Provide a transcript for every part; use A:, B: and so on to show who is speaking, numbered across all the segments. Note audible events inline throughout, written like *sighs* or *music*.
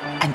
A: an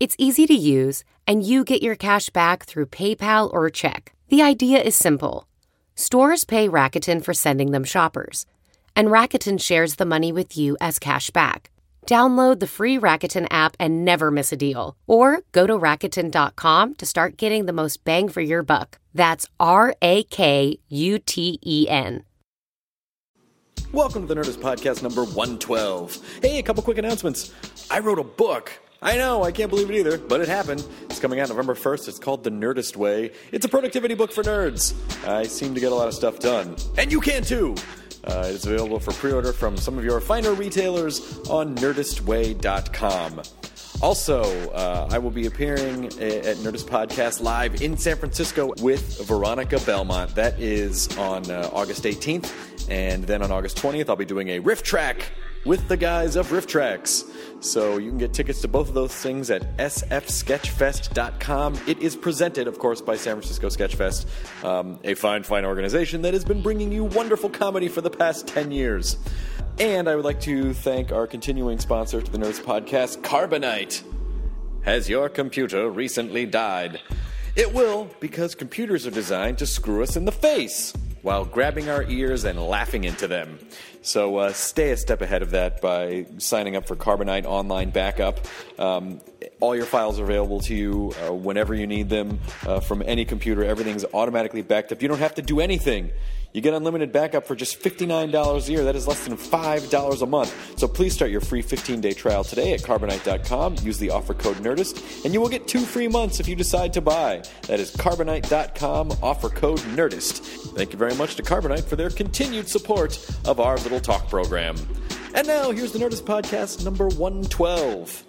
B: It's easy to use, and you get your cash back through PayPal or check. The idea is simple stores pay Rakuten for sending them shoppers, and Rakuten shares the money with you as cash back. Download the free Rakuten app and never miss a deal. Or go to Rakuten.com to start getting the most bang for your buck. That's R A K U T E N.
C: Welcome to the Nerdist Podcast number 112. Hey, a couple quick announcements. I wrote a book. I know, I can't believe it either, but it happened. It's coming out November 1st. It's called The Nerdist Way. It's a productivity book for nerds. I seem to get a lot of stuff done, and you can too. Uh, it's available for pre order from some of your finer retailers on nerdistway.com. Also, uh, I will be appearing a- at Nerdist Podcast Live in San Francisco with Veronica Belmont. That is on uh, August 18th. And then on August 20th, I'll be doing a riff track with the guys of Riff Tracks. So you can get tickets to both of those things at sfsketchfest.com. It is presented, of course, by San Francisco Sketchfest, um, a fine, fine organization that has been bringing you wonderful comedy for the past 10 years. And I would like to thank our continuing sponsor to the Nerds Podcast, Carbonite. Has your computer recently died? It will, because computers are designed to screw us in the face while grabbing our ears and laughing into them. So uh, stay a step ahead of that by signing up for Carbonite Online Backup. Um, all your files are available to you uh, whenever you need them uh, from any computer. Everything's automatically backed up. You don't have to do anything. You get unlimited backup for just $59 a year. That is less than $5 a month. So please start your free 15 day trial today at carbonite.com. Use the offer code NERDIST, and you will get two free months if you decide to buy. That is carbonite.com, offer code NERDIST. Thank you very much to Carbonite for their continued support of our little talk program. And now, here's the Nerdist Podcast number 112.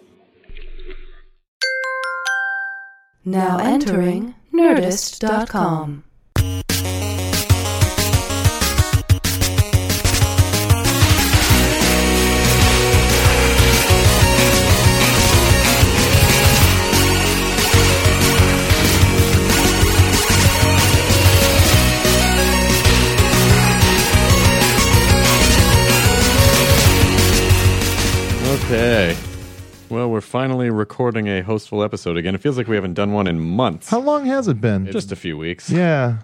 D: Now entering Nerdist.com.
E: Okay. Well, we're finally recording a hostful episode again. It feels like we haven't done one in months.
F: How long has it been?
E: Just a few weeks.
F: yeah,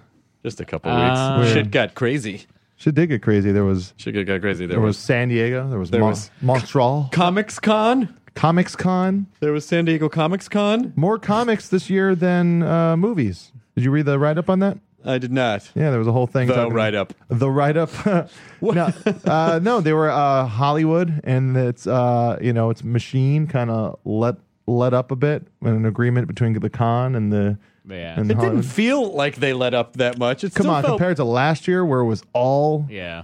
E: Just a couple
G: Ah.
E: weeks.
F: Weird.
E: Shit got crazy.
F: shit did get crazy. There was
E: Shit got- got crazy. There,
F: there was
E: was,
F: San Diego. There was
E: There
F: Mon-
E: was-
F: Montreal
E: Comics Con.
F: Comics Con.
E: There was San Diego Comics Con.
F: More comics this year than uh, movies. Did you read the write up on that?
E: I did not.
F: Yeah, there was a whole thing.
E: The
F: talking-
E: write-up.
F: The write up. no, *laughs*
E: *laughs*
F: uh, no, they were uh, Hollywood, and it's uh, you know it's machine kind of let let up a bit, an agreement between the con and the
G: Yeah.
F: and
E: It didn't
F: Hollywood.
E: feel like they let up that much. It
F: Come
E: still
F: on,
E: felt-
F: compared to last year where it was all
G: Yeah.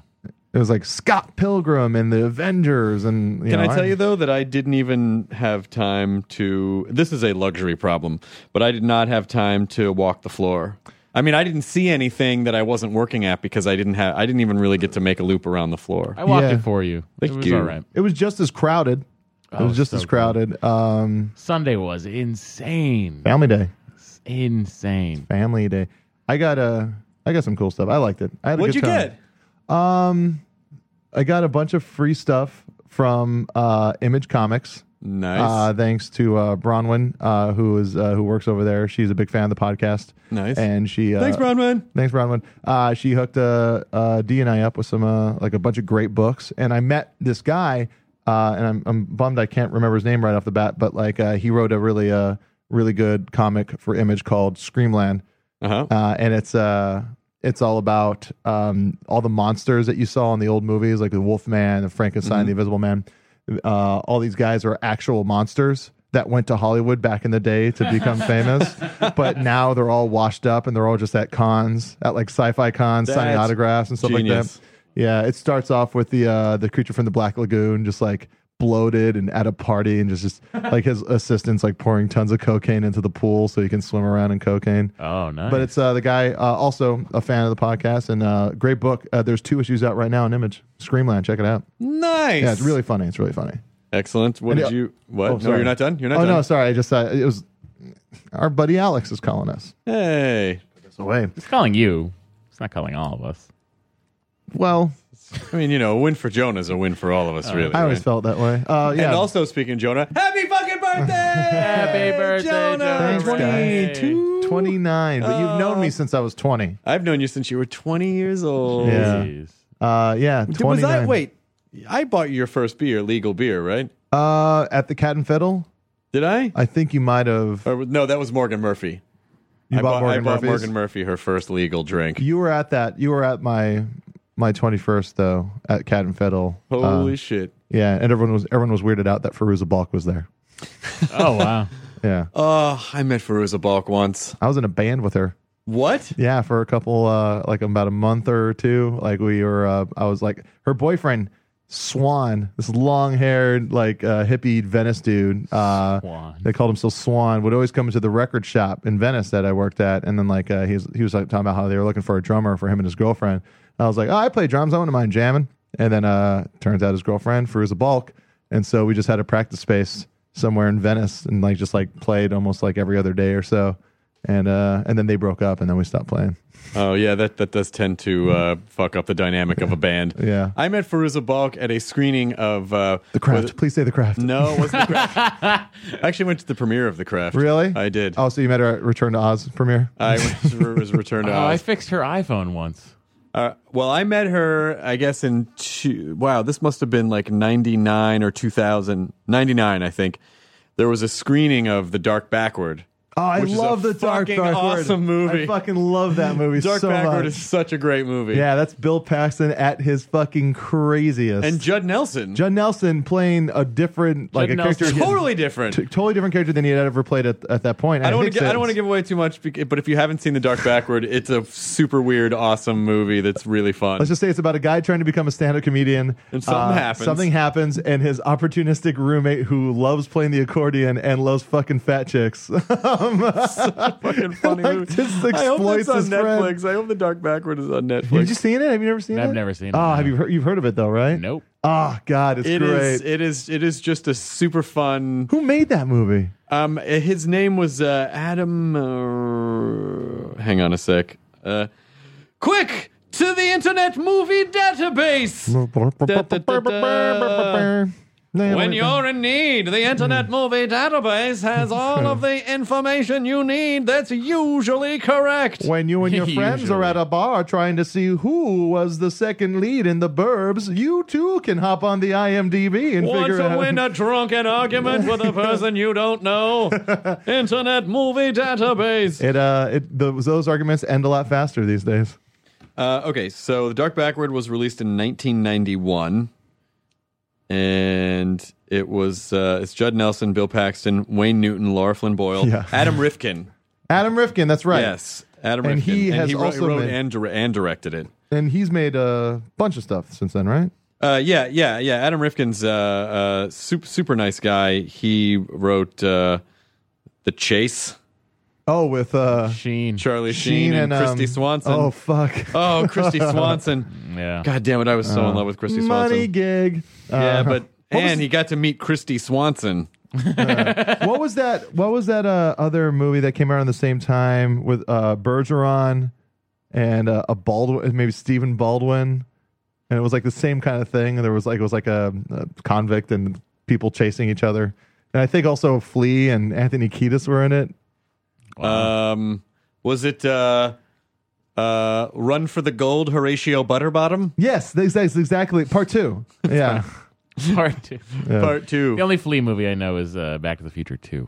F: it was like Scott Pilgrim and the Avengers and you
E: Can
F: know,
E: I tell you though that I didn't even have time to? This is a luxury problem, but I did not have time to walk the floor. I mean, I didn't see anything that I wasn't working at because I didn't have. I didn't even really get to make a loop around the floor.
G: I walked
F: Yeah.
G: it for you.
E: Thank
G: it was
E: you.
G: all right.
F: It was just as crowded. It was just
G: Oh, so
F: as crowded. Um,
G: Sunday was insane.
F: family day,
G: Insane.
F: family day. I got a, I got some cool stuff. I liked it. I had a
E: What'd
F: good
E: you
F: time. Um,
E: get?
F: I got a bunch of free stuff from uh, Image Comics.
E: Nice.
F: Uh, thanks to uh, Bronwyn, uh, who is uh, who works over there. She's a big fan of the podcast.
E: Nice.
F: And she uh,
E: Thanks, Bronwyn.
F: Thanks, Bronwyn. Uh, she hooked uh, uh, D and I up with some uh, like a bunch of great books, and I met this guy, uh, and I'm, I'm bummed I can't remember his name right off the bat, but like uh, he wrote a really uh, really good comic for Image called Screamland,
E: Uh-huh.
F: uh, and it's uh it's all about um, all the monsters that you saw in the old movies, like the Wolfman, the Frankenstein,
E: Mm-hmm.
F: the Invisible Man. Uh, all these guys are actual monsters that went to Hollywood back in the day to
E: *laughs*
F: become famous, but now they're all washed up and they're all just at cons, at like sci-fi cons, signing
E: That's
F: autographs and stuff like
E: genius.
F: that. Yeah, it starts off with the uh, the creature from the Black Lagoon, just like bloated and at a party, and just, just like his assistants like pouring tons of cocaine into the pool so he can swim around in cocaine.
G: Oh, nice.
F: But it's uh, the guy, uh, also a fan of the podcast, and uh, great book. Uh, there's two issues out right now on Image Screamland. Check it out.
E: Nice.
F: Yeah, it's really funny. It's really funny.
E: excellent. What
F: And,
E: did
F: uh,
E: you? What?
F: oh,
E: no,
F: sorry.
E: you're not done. You're not
F: oh
E: done.
F: no, sorry. I just uh, it was our buddy Alex is calling us.
E: Hey.
F: It's away.
G: it's calling you. It's not calling all of us.
F: Well,
E: I mean, you know, a win for Jonah is a win for all of us, really.
F: I always
E: right?
F: felt that way. Uh, yeah.
E: And also speaking of Jonah, happy fucking
F: *laughs*
E: birthday! happy
G: birthday, Jonah.
F: Thanks, guys.
E: 22.
F: 29, but you've known
E: Oh.
F: me since I was 20.
E: I've known you since you were 20 years old.
F: Yeah.
G: Jeez.
F: Uh, yeah,
E: Did- Was
F: 29.
E: I wait? I bought you your first beer, legal beer, right?
F: Uh, at the Cat and Fiddle,
E: Did I?
F: I think you might have.
E: Or, no, that was Morgan Murphy.
F: You
E: I
F: bought,
E: I
F: Morgan
E: bought
F: Murphy's.
E: Morgan Murphy her first legal drink.
F: You were at that. You were at my my 21st though at Cat and Fiddle. Uh,
E: Holy shit!
F: Yeah, and everyone was everyone was weirded out that Feruza Balk was there.
E: *laughs*
G: Oh, wow.
F: Yeah,
E: Oh, I met Feruza Balk once.
F: I was in a band with her.
E: What?
F: Yeah, for a couple, uh, like about a month or two. Like we were, uh, I was like her boyfriend, Swan, this long-haired, like uh, hippie Venice dude. Uh,
G: Swan.
F: They called himself Swan. Would always come into the record shop in Venice that I worked at, and then like uh, he was, he was like talking about how they were looking for a drummer for him and his girlfriend. I was like, oh, I play drums. I wouldn't mind jamming. And then uh, turns out his girlfriend Feruza Balk, and so we just had a practice space somewhere in Venice, and like just like played almost like every other day or so. And uh, and then they broke up, and then we stopped playing.
E: Oh yeah, that that does tend to uh, fuck up the dynamic of a band.
F: *laughs* Yeah.
E: I met Feruza Balk at a screening of uh,
F: The craft.
E: was it-
F: Please say the craft.
E: No, it wasn't
F: *laughs*
E: the craft. I actually went to the premiere of the craft.
F: Really?
E: I did. Uh,
F: Oh, so you met her at Return to Oz premiere?
E: I went to it was returned to
G: *laughs* Oh, I
E: Oz.
G: fixed her iPhone once.
E: Uh, well, I met her, I guess, in two, wow, this must have been like 99 or 2000, 99, I think. There was a screening of The Dark Backward.
F: oh, I
E: which is a
F: love the Dark
E: fucking
F: Backward.
E: awesome movie.
F: I fucking love that movie
E: Dark
F: so
E: Backward
F: much.
E: is such a great movie.
F: yeah, that's Bill Paxton at his fucking craziest.
E: And Judd Nelson.
F: Judd Nelson playing a different, like
G: Judd
F: a character,
G: Nelson.
E: totally different.
F: t- totally different character than he had ever played at, at that point.
E: I don't, want
F: think
E: to, I
F: since-
E: don't want to give away too much, bec- but if you haven't seen The Dark Backward, it's a super weird, awesome movie that's really fun.
F: Let's just say it's about a guy trying to become a stand-up comedian. uh,
E: And something happens.
F: Something happens, and his opportunistic roommate, who loves playing the accordion and loves fucking fat chicks, *laughs*
E: fucking funny
F: like,
E: movie.
F: just
E: I hope
F: exploits
E: it's on
F: his friend.
E: Netflix. I hope The Dark Backward is on Netflix.
F: Have you seen it? Have you never seen it?
G: I've never seen it,
F: Oh,
G: no.
F: have you heard, you've heard of it though, right?
G: Nope.
F: Oh God, it's
E: It
F: great.
E: is. It is. It is just a super fun.
F: Who made that movie?
E: Um, his name was uh, Adam. Uh, hang on a sec. Uh, quick to the Internet Movie Database.
F: *laughs*
E: da. When you're in need, the
F: Hmm.
E: Internet Movie Database has all
F: *laughs*
E: of the information you need. That's usually correct.
F: when you
E: *laughs*
F: and your friends are
G: Usually.
F: at a bar trying to see who was the second lead in the Burbs, you too can hop on the IMDb and
E: Want
F: figure
E: to
F: out.
E: win a drunken argument with a person you don't know? Internet Movie
F: *laughs*
E: Database.
F: it uh, it those, those arguments end a lot faster these days.
E: Uh, okay, so The Dark Backward was released in 1991, and it was uh, it's Judd Nelson, Bill Paxton, Wayne Newton, Laura Flynn Boyle,
F: Yeah.
E: Adam Rifkin.
F: Adam Rifkin, that's *laughs* right.
E: Yes, Adam
F: And
E: Rifkin,
F: he
E: and
F: has
E: he wrote,
F: also
E: wrote
F: made-
E: and, dir- and directed it.
F: and he's made a bunch of stuff since then, right?
E: Uh, yeah, yeah, yeah. Adam Rifkin's uh, uh, super super nice guy. He wrote uh, The Chase,
F: Oh, with uh,
G: Sheen.
E: Charlie Sheen, and,
F: um,
E: Christy Swanson.
F: Oh fuck,
E: *laughs* oh,
F: *laughs*
E: Christy Swanson.
G: Yeah. *laughs*
E: God damn it, I was so in love with Christy Swanson.
F: Uh, money gig.
E: Yeah,
F: *laughs* Uh,
E: but
F: was-
E: and he got to meet Christy Swanson.
F: what was that? What was that uh, other movie that came out around the same time with uh, Bergeron and uh, a Baldwin, maybe Stephen Baldwin, and it was like the same kind of thing. There was like it was like a, a convict and people chasing each other, and I think also Flea and Anthony Kiedis were in it.
E: Um, was it uh, uh, Run for the Gold, Horatio Butterbottom?
F: Yes, that's, that's exactly part
G: *laughs*
F: two. Yeah,
G: Part two.
E: Part two.
G: The only flea movie I know is uh, Back to the Future 2.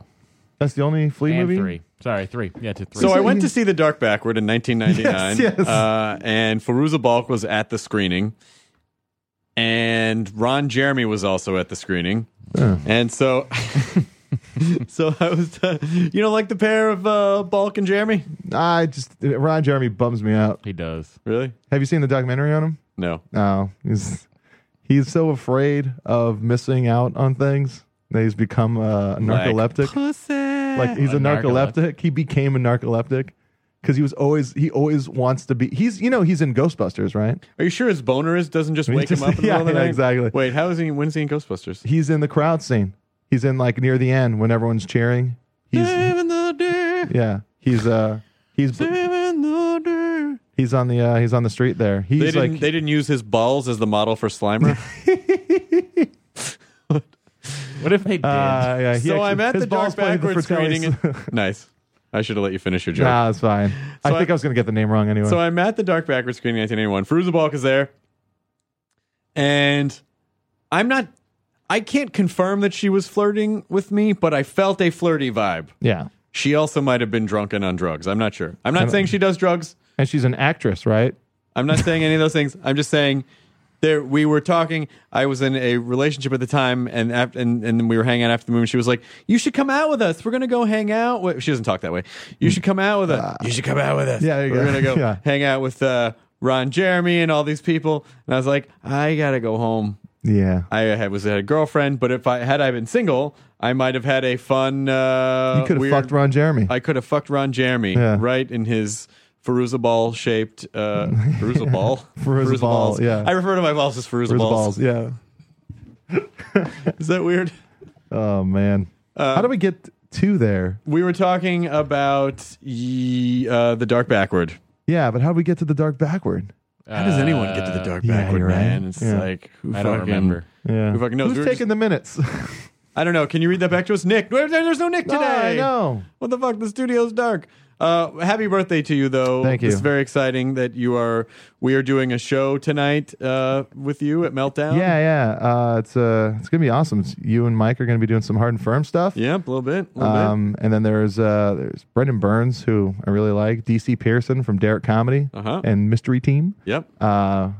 F: That's the only Flea
G: and
F: movie.
G: three. Sorry, three. Yeah, to three.
E: So I went to see The Dark Backward in 1999,
F: *laughs* Yes, yes.
E: Uh, and Faruza Balk was at the screening, and Ron Jeremy was also at the screening,
F: Oh.
E: and so. *laughs* so I was, uh, you know, like the pair of uh, Balk and Jeremy.
F: I just Ron Jeremy bums me out.
G: he does.
E: Really?
F: Have you seen the documentary on him?
E: No.
F: No, he's he's so afraid of missing out on things that he's become uh, narcoleptic.
E: *laughs*
F: like he's a,
G: A
F: narcoleptic.
G: narcoleptic.
F: He became a narcoleptic because he was always he always wants to be. He's you know he's in Ghostbusters, right?
E: Are you sure his boner is doesn't just
F: Me
E: wake him
F: too.
E: up? In
F: *laughs*
E: the
F: Yeah,
E: middle of the
F: yeah,
E: night?
F: exactly.
E: Wait, how is he? When's he in Ghostbusters?
F: He's in the crowd scene. He's in like near the end when everyone's cheering. He's
E: Saving the day,
F: yeah. He's uh he's
E: saving the day.
F: he's on the uh, he's on the street there.
E: They
F: He's
E: didn't.
F: like
E: they didn't use his balls as the model for Slimer.
G: What if they did?
F: uh, yeah, he
E: so
F: actually-
E: I'm at
F: his
E: the dark
F: balls played the
E: backwards
F: Fratellis.
E: screening. and- *laughs* nice. I should have let you finish your
F: *laughs*
E: joke.
F: Nah, it's fine. I
E: So
F: think
E: I-
F: I, was gonna get the name wrong anyway.
E: So I'm at the dark backwards screening 1981. Faruza Balk is there, and I'm not. I can't confirm that she was flirting with me, but I felt a flirty vibe.
F: yeah,
E: She also might have been drunk and on drugs. I'm not sure. I'm not saying she does drugs.
F: and she's an actress, right?
E: I'm not saying any of those things. I'm just saying there we were talking. I was in a relationship at the time, and after, and and then we were hanging out after the movie. She was like, "You should come out with us. We're gonna go hang out." With, she doesn't talk that way. You should come out with us. you should come out with us.
F: Yeah, there you
E: we're
F: go.
E: gonna go
F: *laughs* Yeah.
E: hang out with uh, Ron Jeremy and all these people. And I was like, I gotta go home.
F: Yeah.
E: I had, was had a girlfriend, but if I had I been single, I might have had a fun. Uh,
F: You could have
E: weird-
F: fucked Ron Jeremy.
E: I could have fucked Ron Jeremy
F: Yeah.
E: right in his Feruza ball shaped
F: *laughs*
E: uh, Feruza ball.
F: Feruza ball,
E: balls.
F: yeah.
E: I refer to my balls as Feruza,
F: Where's the
E: balls.
F: balls? Yeah.
E: Is that weird? Uh,
F: Oh man. How do we get to there?
E: We were talking about ye, uh, the dark backward.
F: Yeah, but how do we get to the dark backward?
E: How does anyone get to the dark
F: yeah,
E: backward,
F: you're right.
E: man? It's
F: Yeah.
E: like who
G: I
E: fucking,
G: don't remember.
F: Yeah.
E: Who fucking knows?
F: Who's
E: We were
F: taking
E: just-
F: the minutes? *laughs*
E: I don't know. Can you read that back to us, Nick? There- There's no Nick today.
F: No, Oh, I know.
E: What the fuck? The studio's dark. Uh, happy birthday to you, though.
F: Thank you.
E: It's very exciting that you are. We are doing a show tonight uh, with you at Meltdown.
F: yeah, yeah. Uh, it's uh, it's gonna be awesome. It's, you and Mike are gonna be doing some hard and firm stuff.
E: Yep, a little bit. A little bit.
F: Um, and then there's uh, there's Brendan Burns who I really like, DC Pearson from Derek Comedy
E: Uh-huh.
F: and Mystery Team.
E: Yep.
F: Uh,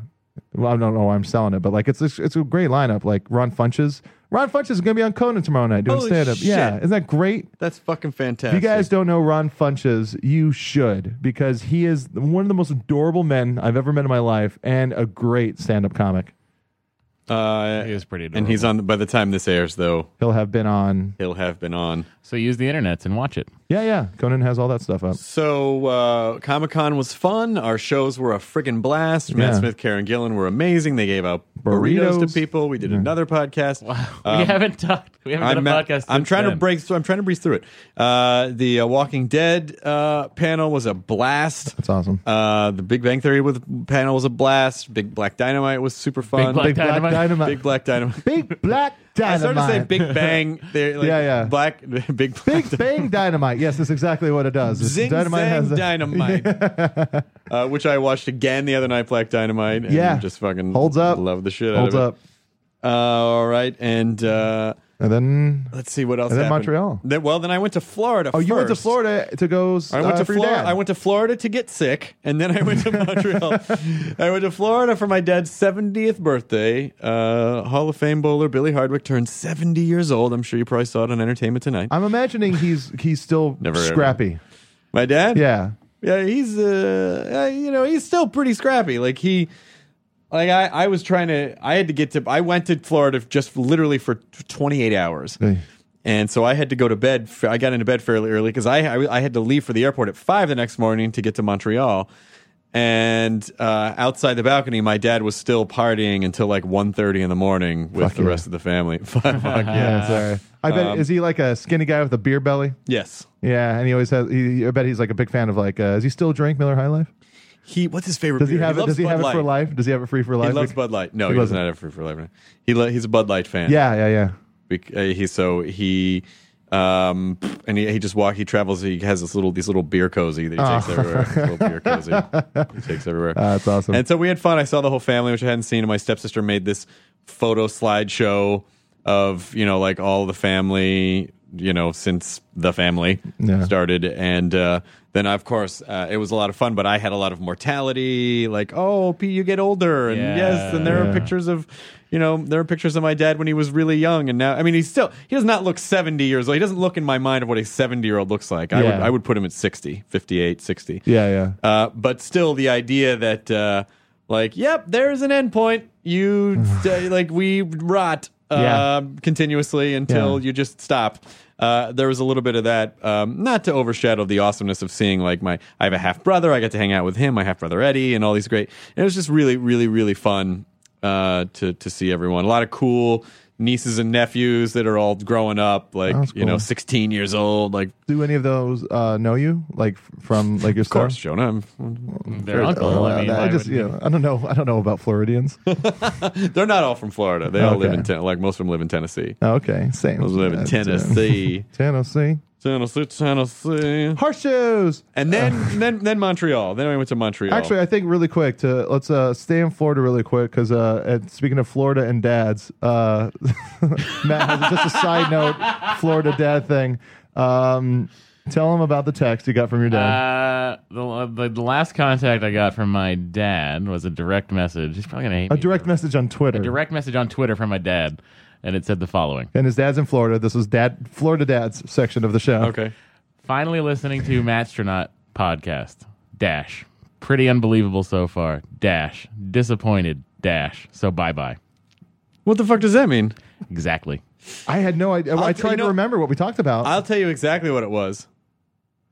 F: well, I don't know why I'm selling it, but like it's it's, it's a great lineup. Like Ron Funches. Ron Funches is gonna be on Conan tomorrow night doing
E: Holy
F: stand up. Yeah,
E: shit.
F: isn't that great?
E: That's fucking
F: If you
E: fantastic.
F: guys don't know Ron Funches, you should because he is one of the most adorable men I've ever met in my life and a great stand-up comic.
E: uh,
G: He was pretty adorable.
E: and he's on. By the time this airs, though,
F: He'll have been on.
E: he'll have been on.
G: So use the internet and watch
E: *laughs*
G: it.
F: Yeah, yeah. Conan has all that stuff up.
E: So uh, Comic Con was fun. Our shows were a friggin' blast. Matt
F: Yeah.
E: Smith, Karen Gillan were amazing. They gave out burritos, to
F: Burritos.
E: people. We did another podcast. Wow.
G: we haven't talked. We haven't
E: I'm,
G: done a
E: at-
G: podcast.
E: Um, I'm
G: since
E: trying to
G: then.
E: break through. I'm trying to breeze through it. Uh, the uh, Walking Dead uh, panel was a blast.
F: That's awesome.
E: Uh, the Big Bang Theory with panel was a blast. Big Black Dynamite was super fun.
G: Black
F: Big Black
G: Dynamite.
F: Dynamite.
E: Big Black Dynamite.
F: Big Black
E: *laughs* I
F: Dynamite.
E: started to say Big Bang. There, like,
F: *laughs* Yeah, yeah.
E: Black *laughs*
F: *laughs*
E: Big Black
F: Big Bang Dynamite. Yes, that's exactly what it does. It's
E: Zing Zang Dynamite,
F: *laughs*
E: uh, which I watched again the other night. Black Dynamite, and
F: Yeah.
E: just fucking
F: Holds up.
E: Love the shit
F: Holds
E: out of
F: up.
E: it. Uh, all right, and uh,
F: And then
E: let's see what else.
F: And then
E: happened.
F: Montreal.
E: Then- well, then I went to Florida.
F: oh, you went to
E: first.
F: Florida to go.
E: I went
F: uh,
E: to
F: for your
E: Florida.
F: dad.
E: I went to Florida to get sick, and then I went
F: *laughs*
E: to Montreal. I went to Florida for my dad's 70th birthday. Uh, Hall of Fame bowler Billy Hardwick turned 70 years old. I'm sure you probably saw it on Entertainment Tonight.
F: I'm imagining he's he's still
E: *laughs* Never heard of
F: scrappy.
E: my dad,
F: Yeah.
E: Yeah, he's uh, uh, you know, he's still pretty scrappy. Like he, like I, I was trying to, I had to get to, I went to Florida just literally for t- 28 hours,
F: Hey.
E: and so I had to go to bed. f- I got into bed fairly early because I, I, I had to leave for the airport at five the next morning to get to Montreal. And uh, outside the balcony, my dad was still partying until like 1.30 in the morning with
F: Fuck
E: the
F: yeah.
E: rest of the family. *laughs* Fuck yeah.
F: *laughs*
G: Ah.
F: Yeah. Sorry. I bet
E: Um,
F: is he like a skinny guy with a beer belly?
E: Yes.
F: Yeah, and he always has. He, I bet he's like a big fan of like. Uh, does he still drink Miller High Life?
E: He, what's his favorite
F: Does he
E: beer?
F: have it?
E: loves
F: Does he
E: Bud
F: have it for
E: Light.
F: life? Does he have it free for life?
E: He loves
F: Like-
E: Bud Light. No,
F: He
E: he,
F: loves
E: does
F: it.
E: not have fruit for life. He lo- he's a Bud Light fan.
F: Yeah, yeah, yeah.
E: Bec- uh, he so he um and he, he just walk he travels he has this little these little beer cozy that he takes everywhere This little beer cozy
F: *laughs*
E: he takes everywhere
F: Ah, Oh. that's awesome.
E: and so we had fun i saw the whole family which i hadn't seen and my stepsister made this photo slideshow of you know like all the family you know since the family
F: Yeah.
E: started, and uh, then of course uh, it was a lot of fun. But I had a lot of mortality, like oh, Pete, you get older, and
G: Yeah.
E: yes, and there are
F: Yeah.
E: pictures of. You know, there are pictures of my dad when he was really young, and now I mean, he's still he does not look seventy years old. He doesn't look in my mind of what a seventy year old looks like. I would
F: Yeah.
E: I would put him at 60, 58, 60.
F: Yeah, yeah.
E: Uh, but still, the idea that, uh, like, yep, there's an endpoint.
F: *sighs*
E: You, uh, like, we rot uh,
F: Yeah.
E: continuously until
F: Yeah.
E: you just stop. Uh, there was a little bit of that, um, not to overshadow the awesomeness of seeing, like, my, I have a half brother. I got to hang out with him, my half brother Eddie, and all these great. And it was just really, really, really fun uh, to, to see everyone. A lot of cool nieces and nephews that are all growing up, like,
F: That's
E: you know,
F: cool.
E: 16 years old, like,
F: Do any of those uh, know you? Like f- from like your Uh,
E: of course, Jonah. I'm,
G: Their uncle. I mean, why
F: I Oh, just
G: would-
F: you know, I don't know I don't know about
E: *laughs*
F: Floridians.
E: They're not all from Florida. They all live
F: Okay.
E: in ten- like most of them live in Tennessee.
F: okay, same.
E: Most live in
F: That's, uh,
E: Tennessee,
F: Tennessee.
E: Tennessee, Tennessee,
F: Horseshoes.
E: and *sighs* then then then Montreal. Then I went to Montreal.
F: Actually, I think really quick to let's uh, stay in Florida really quick because uh, and speaking of Florida and dads, uh, *laughs* Matt has just a side note Florida dad thing. Um, tell him about the text you got from your dad.
G: Uh, the, the, the last contact I got from my dad was a direct message. He's probably gonna hate
F: a
G: me.
F: direct message on Twitter.
G: Uh, direct message on Twitter from my dad, and it said the following:
F: and his dad's in Florida. This was dad Florida dad's section of the show.
E: okay.
G: Finally listening to Matstronaut podcast. Dash, pretty unbelievable so far. Dash, disappointed. Dash, so bye bye.
E: What the fuck does that mean?
G: Exactly.
F: I had no idea. i
E: you
F: tried
E: know-
F: to remember what we talked about.
E: I'll tell you exactly what it was.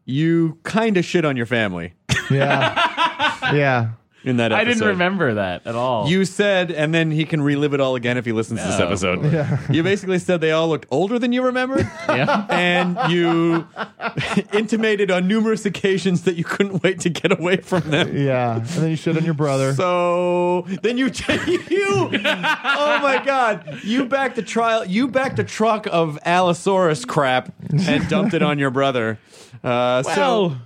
E: You kind of shit on your family
F: yeah, yeah. *laughs*
E: in that. episode.
G: *laughs* I didn't remember that at all. Oh.
E: You said, and then he can relive it all again if he listens to this
G: No.
E: episode. You basically said they all looked older than you remembered,
G: *laughs* Yeah.
E: and you *laughs* intimated on numerous occasions that you couldn't wait to get away from them.
F: Yeah, and then you shit on your brother.
E: So then you *laughs* you oh my god you backed the trial you backed the truck of Allosaurus crap and dumped it on your brother. Uh, so
G: Well-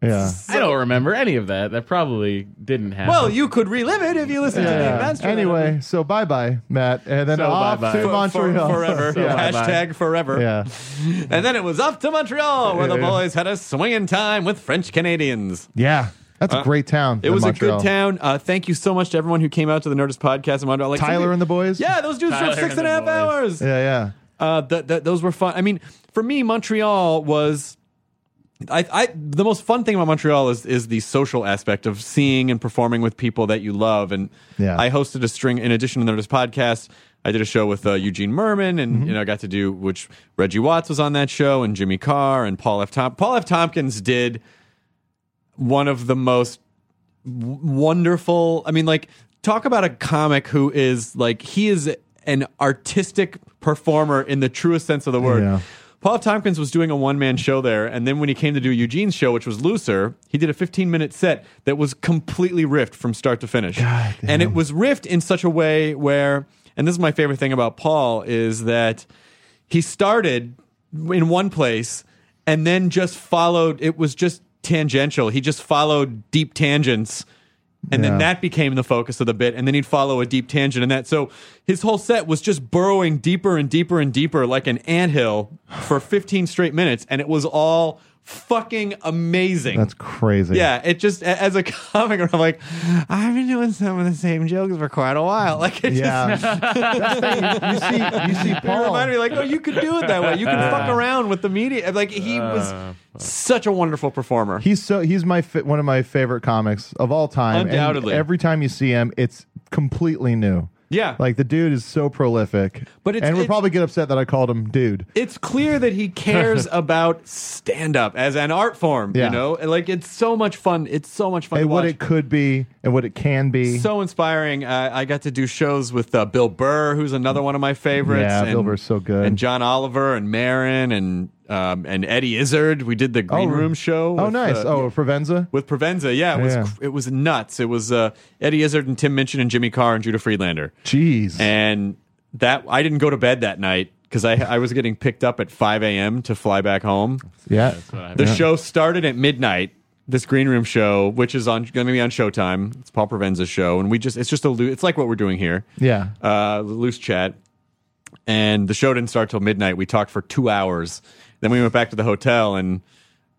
F: yeah,
G: I don't remember any of that. That probably didn't happen.
E: well you could relive it if you listen to the
F: yeah.
E: master.
F: Anyway, so bye bye, Matt, and then
G: So
F: off
G: bye-bye.
F: to
E: For- for-
F: Montreal *laughs*
E: forever
F: yeah.
G: bye-bye.
E: hashtag forever.
F: yeah,
E: And then it was off to Montreal where the
F: Yeah.
E: boys had a swinging time with French Canadians.
F: yeah. That's a great town.
E: Uh, It was a
F: Montreal.
E: good town. Uh, thank you so much to everyone who came out to the Nerdist podcast in Montreal. Like
F: Tyler
E: somebody-
F: and the boys?
E: Yeah, those dudes
G: Tyler
E: for six
G: and
E: and a
G: the
E: half
G: boys.
E: hours.
F: Yeah, yeah.
E: uh, th- th- those were fun. I mean, for me, Montreal was. I, I the most fun thing about Montreal is is the social aspect of seeing and performing with people that you love and
F: Yeah.
E: I hosted a string in addition to this podcast I did a show with uh, Eugene Merman and you know I got to do which Reggie Watts was on that show and Jimmy Carr and Paul F Tom- Paul F Tompkins did one of the most wonderful. I mean, like, talk about a comic who is like he is an artistic performer in the truest sense of the word.
F: Yeah.
E: Paul F. Tompkins was doing a one man show there, and then when he came to do Eugene's show, which was looser, he did a 15 minute set that was completely riffed from start to finish. And it was riffed in such a way where, and this is my favorite thing about Paul, is that he started in one place and then just followed it was just tangential he just followed deep tangents and then
F: Yeah.
E: that became the focus of the bit and then he'd follow a deep tangent and that so his whole set was just burrowing deeper and deeper and deeper like an anthill for 15 straight minutes and it was all fucking amazing
F: That's crazy.
E: yeah, it just a- as a *laughs* comic, I'm like, I've been doing some of the same jokes for quite a while. *laughs* Like, it just,
F: Yeah.
E: *laughs*
F: That's the thing. You, you see, you see
E: It
F: Paul.
E: reminded me like, oh, you could do it that way. You
F: *laughs*
E: can fuck around with the media. Like he
F: Uh,
E: was such a wonderful performer.
F: He's so he's my fa- one of my favorite comics of all time. and
E: Undoubtedly.
F: every time you see him, it's completely new.
E: Yeah.
F: like the dude is so prolific.
E: But it's-
F: and we'll
E: it's-
F: probably get upset that I called him dude.
E: it's clear that
F: *laughs*
E: he cares about stand up as an art form.
F: Yeah.
E: You know, And, like it's so much fun. It's so much fun.
F: and
E: to
F: what
E: watch.
F: it could be, and what it can be.
E: so inspiring. Uh, I got to do shows with uh, Bill Burr, who's another one of my favorites.
F: Yeah,
E: and,
F: Bill Burr's so good.
E: And John Oliver and Marin and um, and Eddie Izzard. We did the Green Room show.
F: Oh,
E: with,
F: nice.
E: uh,
F: oh, Provenza.
E: with Provenza. Yeah, it was
F: Yeah.
E: it was nuts. It was uh, Eddie Izzard and Tim Minchin and Jimmy Carr and Judah Friedlander.
F: Jeez.
E: And that I didn't go to bed that night because I I was getting picked up at 5 a.m. to fly back home.
F: yeah.
E: The show started at midnight. This green room show, which is on going to be on Showtime, it's Paul Provenza's show, and we just it's just a loo- it's like what we're doing here,
F: Yeah.
E: uh, loose chat. and the show didn't start till midnight. We talked for two hours. Then we went back to the hotel, and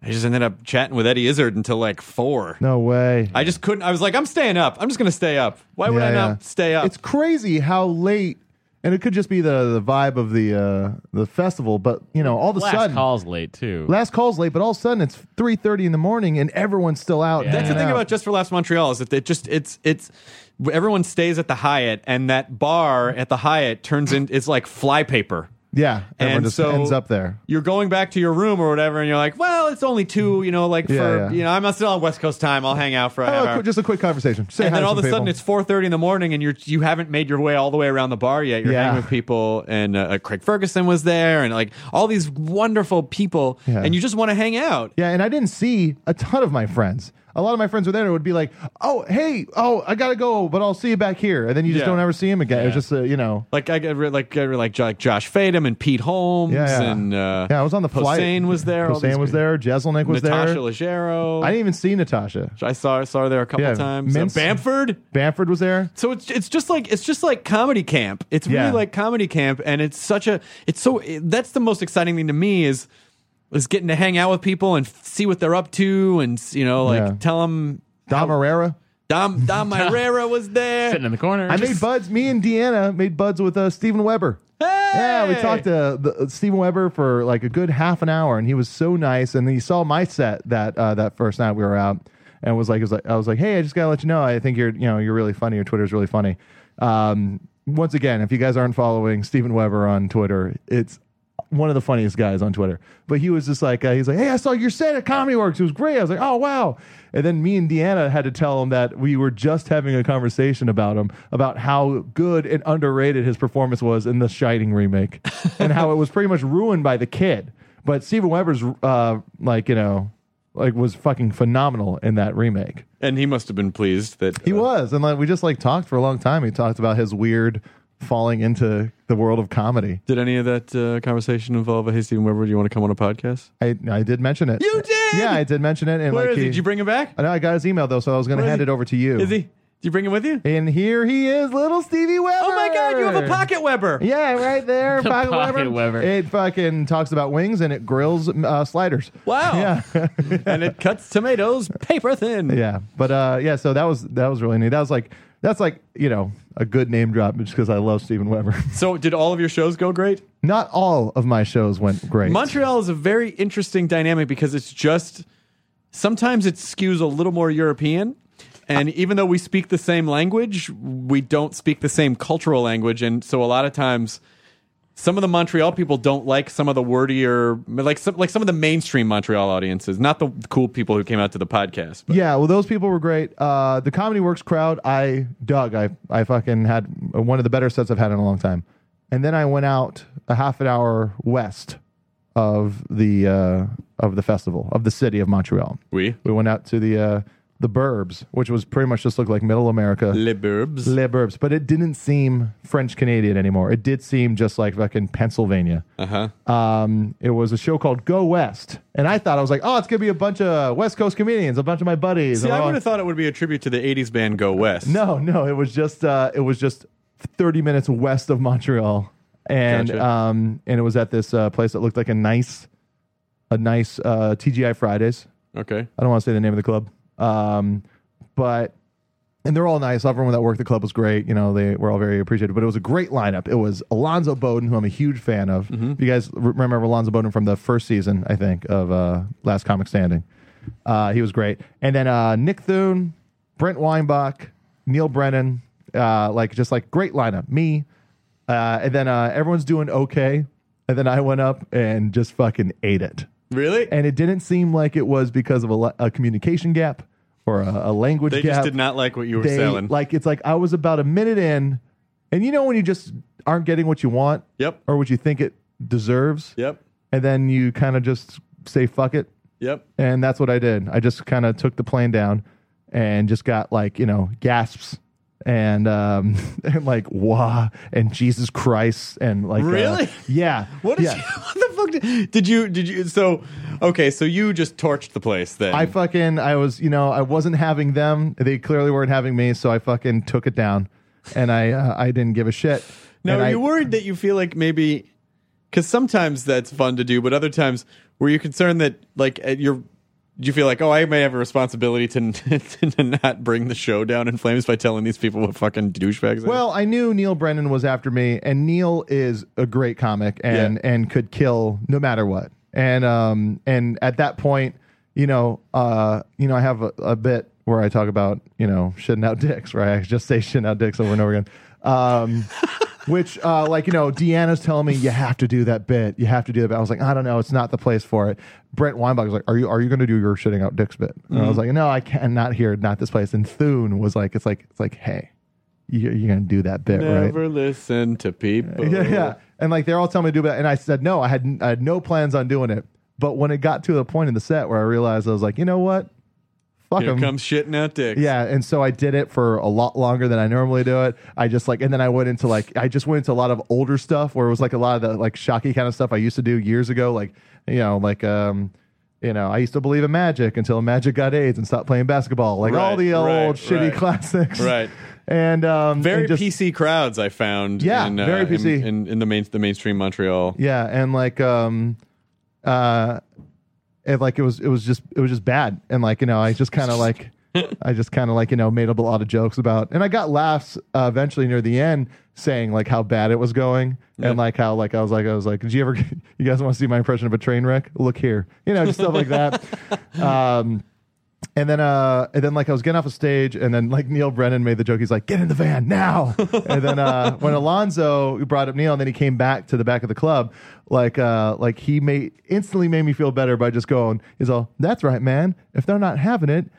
E: I just ended up chatting with Eddie Izzard until like four.
F: No way.
E: I just couldn't. I was like, I'm staying up. I'm just going to stay up. Why would
F: Yeah,
E: I
F: yeah.
E: not stay up?
F: It's crazy how late, and it could just be the the vibe of the uh, the festival. But you know, all of a
G: Last
F: sudden,
G: call's late too.
F: last call's late, but all of a sudden it's three thirty in the morning, and everyone's still out.
G: Yeah.
E: That's the
F: hanging
E: thing
F: out.
E: about Just for Laughs Montreal is that it just it's it's everyone stays at the Hyatt and that bar at the Hyatt turns in it's like flypaper.
F: yeah. Everyone
E: and
F: just
E: so
F: ends up there.
E: You're going back to your room or whatever, and you're like, "Well, it's only two, you know, like
F: Yeah,
E: for
F: yeah.
E: you know, I'm still on West Coast time. I'll hang out for a half
F: Oh,
E: hour."
F: qu- just a quick conversation. Say
E: and
F: hi
E: then
F: to
E: all of
F: some
E: a sudden,
F: people.
E: it's four thirty in the morning, and you're you haven't made your way all the way around the bar yet. You're
F: Yeah.
E: hanging with people, and uh, Craig Ferguson was there, and like all these wonderful people,
F: Yeah.
E: and you just want to hang out.
F: Yeah, and I didn't see a ton of my friends. A lot of my friends were there and it would be like, oh, hey, oh, I got to go, but I'll see you back here. And then you just
E: Yeah.
F: don't ever see him again. It was just, uh, you know.
E: Like I got re- like I re- like Jo- like Josh Fadem and Pete Holmes
F: Yeah, yeah.
E: and uh,
F: Yeah, I was on the flight.
E: Hossein was there. all
F: Hossein
E: these
F: was
E: great-
F: there. Jeselnik was
E: Natasha
F: there.
E: Leggero.
F: I didn't even see Natasha.
E: I saw her, saw her there a couple
F: Yeah,
E: times.
F: Mintz.
E: Uh, Bamford.
F: Bamford was there.
E: So it's it's just like it's just like comedy camp. It's
F: Yeah.
E: really like comedy camp, and it's such a it's so it, that's the most exciting thing to me is is getting to hang out with people and f- see what they're up to, and s- you know like
F: Yeah.
E: tell them
F: Dom Herrera.
E: Dom
F: *laughs*
E: Dom Herrera was there.
G: Sitting in the corner.
F: I made buds. Me and Deanna made buds with uh, Steven Weber. Yeah, we
E: Hey!
F: talked to the, uh, Steven Weber for like a good half an hour, and he was so nice. And he saw my set that uh, that first night we were out, and was like, was like, I was like, hey, I just gotta let you know, I think you're, you know, you're really funny. Your Twitter's really funny. Um, once again, if you guys aren't following Steven Weber on Twitter, it's one of the funniest guys on Twitter. But he was just like, uh, he's like, hey, I saw your set at Comedy Works. It was great. I was like, oh, wow. And then me and Deanna had to tell him that we were just having a conversation about him, about how good and underrated his performance was in the Shining remake and how it was pretty much ruined by the kid. But Steven Weber's, uh, like, you know, like was fucking phenomenal in that remake.
E: and he must have been pleased that uh,
F: He was, and like we just like talked for a long time. He talked about his weird falling into the world of comedy.
E: Did any of that uh, conversation involve a hey Stephen Weber? Do you want to come on a podcast?
F: I I did mention it.
E: You did?
F: yeah, I did mention it. And
E: Where
F: like
E: is he?
F: he-
E: Did you bring him back?
F: I know I got his email though, so I was going to
E: Where is
F: hand
E: he?
F: it over to you.
E: Is he? Did you bring him with you?
F: And here he is, little Stevie Weber.
E: Oh my God! You have a pocket Weber.
F: Yeah, right there,
G: *laughs* The
F: pocket,
G: pocket
F: Weber.
G: Weber.
F: It fucking talks about wings and it grills uh, sliders.
E: Wow.
F: *laughs* Yeah.
E: and it cuts tomatoes paper thin.
F: Yeah, but uh, yeah, so that was that was really neat. That was like that's like you know a good name drop just because I love Steven Weber. *laughs*
E: So, did all of your shows go great?
F: Not all of my shows went great.
E: Montreal is a very interesting dynamic because it's just sometimes it skews a little more European. And even though we speak the same language, we don't speak the same cultural language. And so, a lot of times, some of the Montreal people don't like some of the wordier, like some, like some of the mainstream Montreal audiences, not the cool people who came out to the podcast. But
F: Yeah, well, those people were great. Uh, the Comedy Works crowd, I dug. I I fucking had one of the better sets I've had in a long time. And then I went out a half an hour west of the uh, of the festival of the city of Montreal.
E: we,
F: We went out to the uh, the Burbs, which was pretty much just looked like Middle America.
E: Les Burbs.
F: Le Burbs, but it didn't seem French Canadian anymore. It did seem just like fucking Pennsylvania. Uh huh. Um, it was a show called Go West, and I thought I was like, oh, it's gonna be a bunch of West Coast comedians, a bunch of my buddies.
E: See,
F: And
E: I
F: all-
E: would have thought it would be a tribute to the 80s band Go West.
F: No, no, it was just uh, it was just thirty minutes west of Montreal, and
E: Gotcha.
F: um, and it was at this uh, place that looked like a nice, a nice uh, TGI Fridays.
E: Okay.
F: I don't want to say the name of the club, um, but and they're all nice. Everyone that worked the club was great. You know, they were all very appreciative. But it was a great lineup. It was Alonzo Bowden, who I'm a huge fan of. If you guys re- remember Alonzo Bowden from the first season, I think, of uh, Last Comic Standing. Uh, he was great. And then uh, Nick Thune, Brent Weinbach, Neil Brennan, uh, like just like great lineup. Me, uh, and then uh, everyone's doing okay. And then I went up and just fucking ate it
E: Really?
F: and it didn't seem like it was because of a, la- a communication gap or a, a language
E: They
F: gap.
E: just did not like what you were
F: They-
E: selling.
F: Like it's like I was about a minute in, and you know when you just aren't getting what you want,
E: Yep.
F: or what you think it deserves,
E: Yep.
F: and then you kind of just say fuck it,
E: Yep.
F: and that's what I did. I just kind of took the plane down and just got like you know gasps. And um *laughs* and like wah and Jesus Christ and like uh,
E: Really?
F: yeah
E: What did
F: yeah.
E: you, *laughs* what the fuck did, did you did you so okay, so you just torched the place then.
F: I fucking I was you know I wasn't having them. They clearly weren't having me, so I fucking took it down, and I uh, I didn't give a shit.
E: Now,
F: And
E: are
F: I-
E: you worried that you feel like maybe because sometimes that's fun to do, but other times were you concerned that like at your do you feel like oh I may have a responsibility to, *laughs* to not bring the show down in flames by telling these people what fucking douchebags? I am?
F: Well, I knew Neil Brennan was after me, and Neil is a great comic and
E: Yeah.
F: and could kill no matter what. And um and at that point, you know, uh, you know, I have a, a bit where I talk about you know shitting out dicks, right? I just say shitting out dicks over and over again. Um, *laughs* which uh, like you know, Deanna's telling me you have to do that bit, you have to do that. Bit. I was like, I don't know, it's not the place for it. Brent Weinbach was like, Are you are you going to do your shitting out dicks bit? And I was like, No, I can't, not here, not this place. And Thune was like, It's like it's like, hey you're, you're gonna do that bit,
E: never
F: right? *laughs*
E: listen to people.
F: Yeah, yeah. And like they're all telling me to do that, and I said no. I had I had no plans on doing it. But when it got to the point in the set where I realized I was like, you know what, fuck
E: Here
F: 'em.
E: comes shitting out dicks.
F: Yeah, and so I did it for a lot longer than I normally do it. I just like, and then I went into like, I just went into a lot of older stuff where it was like a lot of the like shocky kind of stuff I used to do years ago, like you know, like um, you know, I used to believe in magic until magic got AIDS and stopped playing basketball, like all
E: Right,
F: the old
E: right,
F: shitty *laughs*
E: right.
F: classics,
E: Right.
F: And um,
E: Very
F: and just-
E: PC crowds, I found.
F: Yeah,
E: in,
F: very
E: in-
F: PC.
E: in, in the main the mainstream Montreal.
F: Yeah, and like um uh it like it was it was just it was just bad. And like, you know, I just kinda like I just kinda like, you know, made up a lot of jokes about and I got laughs uh, eventually near the end saying like how bad it was going and like how like I was like I was like, Did you ever *laughs* you guys want to see my impression of a train wreck? Look here. You know, just stuff like that. Um and then, uh, and then, like I was getting off of stage, and then like Neil Brennan made the joke. He's like, "Get in the van now!" and then uh, when Alonzo brought up Neil, and then he came back to the back of the club, like, uh, like he made instantly made me feel better by just going, "He's all that's right, man. If they're not having it,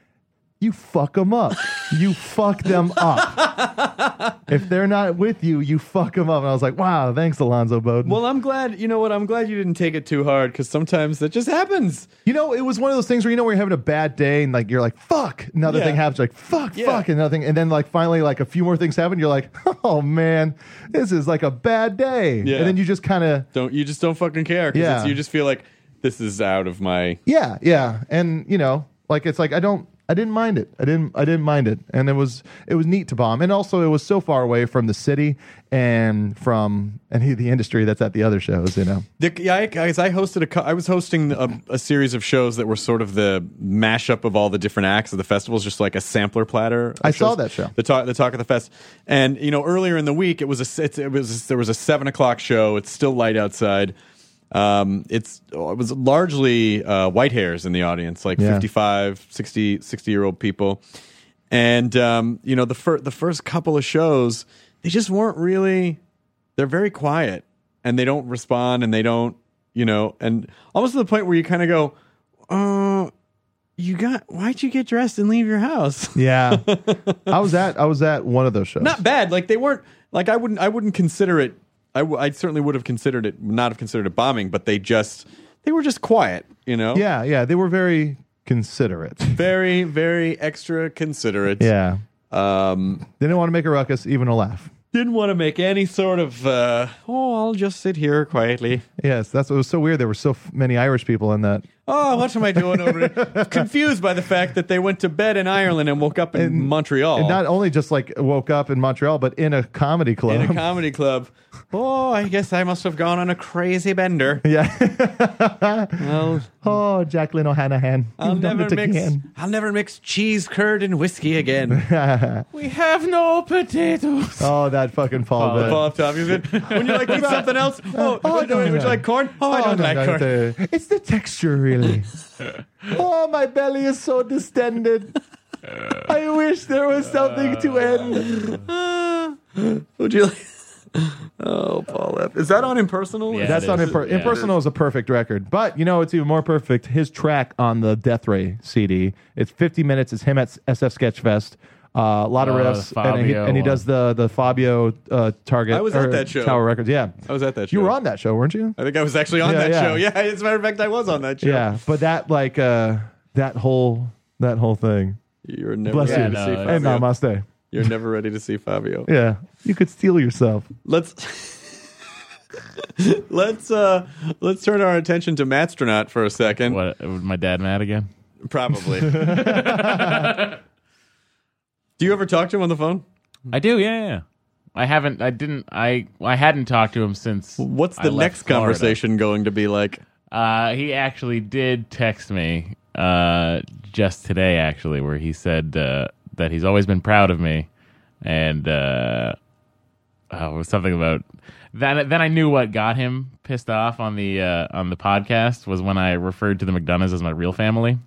F: you fuck them up. you fuck them up. if they're not with you, you fuck them up." And I was like, "Wow, thanks, Alonzo Bowden."
E: Well, I'm glad. You know what? I'm glad you didn't take it too hard because sometimes that just happens.
F: You know, it was one of those things where you know where you're having a bad day and like you're like, fuck, another
E: Yeah.
F: thing happens, like fuck,
E: Yeah.
F: fuck, another thing, and then like finally like a few more things happen, you're like, *laughs* oh man, this is like a bad day,
E: Yeah.
F: and then you just kind of
E: Don't you just don't fucking care? 'cause
F: Yeah.
E: it's- you just feel like this is out of my
F: yeah, yeah, and you know, like it's like I don't, I didn't mind it, I didn't, I didn't mind it, and it was it was neat to bomb, and also it was so far away from the city and from and the industry that's at the other shows, you know.
E: The, yeah, I, guys, I hosted a. co- I was hosting a, a series of shows that were sort of the mashup of all the different acts of the festivals, just like a sampler platter. of
F: I saw
E: shows.
F: that show.
E: The talk, the talk of the fest, and you know, earlier in the week, it was a. s- It's, it was there was a seven o'clock show. It's still light outside. Um, it's it was largely uh, white hairs in the audience, like
F: Yeah.
E: 55, 60, 60 year old people, and um, you know, the first the first couple of shows, they just weren't really they're very quiet and they don't respond and they don't you know and almost to the point where you kind of go uh you got why'd you get dressed and leave your house *laughs*
F: Yeah, *laughs* I was at I was at one of those shows.
E: not bad like they weren't like i wouldn't i wouldn't consider it I w- I certainly would have considered it not have considered it bombing but they just they were just quiet you know
F: yeah, yeah, they were very considerate.
E: very very extra considerate
F: Yeah.
E: um
F: They didn't want to make a ruckus, even a laugh.
E: didn't want to make any sort of uh oh i'll just sit here quietly
F: Yes, that's what was so weird. There were so f- many Irish people in that.
E: Oh, what am I doing over
F: *laughs*
E: here? Confused by the fact that they went to bed in Ireland and woke up in, Montreal
F: And not only just like woke up in Montreal, but in a comedy club.
E: in a comedy club. Oh, I guess I must have gone on a crazy bender.
F: yeah.
E: I'll,
F: *laughs* oh, Jacqueline O'Hanahan.
E: I'll
F: You've done
E: never
F: it
E: mix.
F: again.
E: I'll never mix cheese curd and
F: *laughs*
E: whiskey again. we have no potatoes.
F: Oh, that fucking Paul.
E: The
F: Rudd.
E: Bob Top. you said, When you like eat
F: *laughs*
E: something else, oh,
F: I
E: would, you-
F: don't
E: would you
F: know.
E: like corn? Oh, I don't
F: no,
E: like
F: no,
E: corn.
F: the- it's the texture,
E: *laughs*
F: really. oh, my belly is so
E: *laughs*
F: distended. I wish there was something to end.
E: Would you like? Oh, Paul F. Is that on impersonal?
G: Yeah.
F: That's
G: it
F: not
G: is.
F: imper-
G: Yeah.
F: impersonal is a perfect record, but you know it's even more perfect. His track on the Death Ray CD, it's 50 minutes. It's him at SF Sketchfest. Uh, a lot of
G: Oh,
F: riffs,
G: the
F: and he,
G: Fabio
F: and he
G: one.
F: does the the Fabio uh, Target.
E: I was at
F: or
E: that show.
F: Tower Records. Yeah,
E: I was at that
F: You were
E: show.
F: on that show, weren't you?
E: I think I was actually on
F: Yeah,
E: that
F: yeah.
E: show. Yeah, as a matter of fact, I was on that show.
F: Yeah, but that like uh, that whole that whole thing.
E: You're never
F: Bless
E: ready
F: you.
E: to
G: Yeah,
E: see Fabio.
G: no,
F: And Namaste.
E: You're never ready to see Fabio.
F: Yeah, you could steal yourself.
E: Let's *laughs* let's uh let's turn our attention to Matstronaut for a second.
G: What? Was my dad mad again? *laughs*
E: Probably. Do you ever talk to him on the phone? Hmm.
G: I do. Yeah. yeah, I haven't. I didn't. I I hadn't talked to him since.
E: What's
G: I
E: the
G: left
E: next
G: Florida.
E: conversation going to be like?
G: Uh, he actually did text me uh, just today, actually, where he said uh, that he's always been proud of me, and uh, oh, it was something about that. Then I knew what got him pissed off on the uh, on the podcast was when I referred to the McDonoughs as my real family.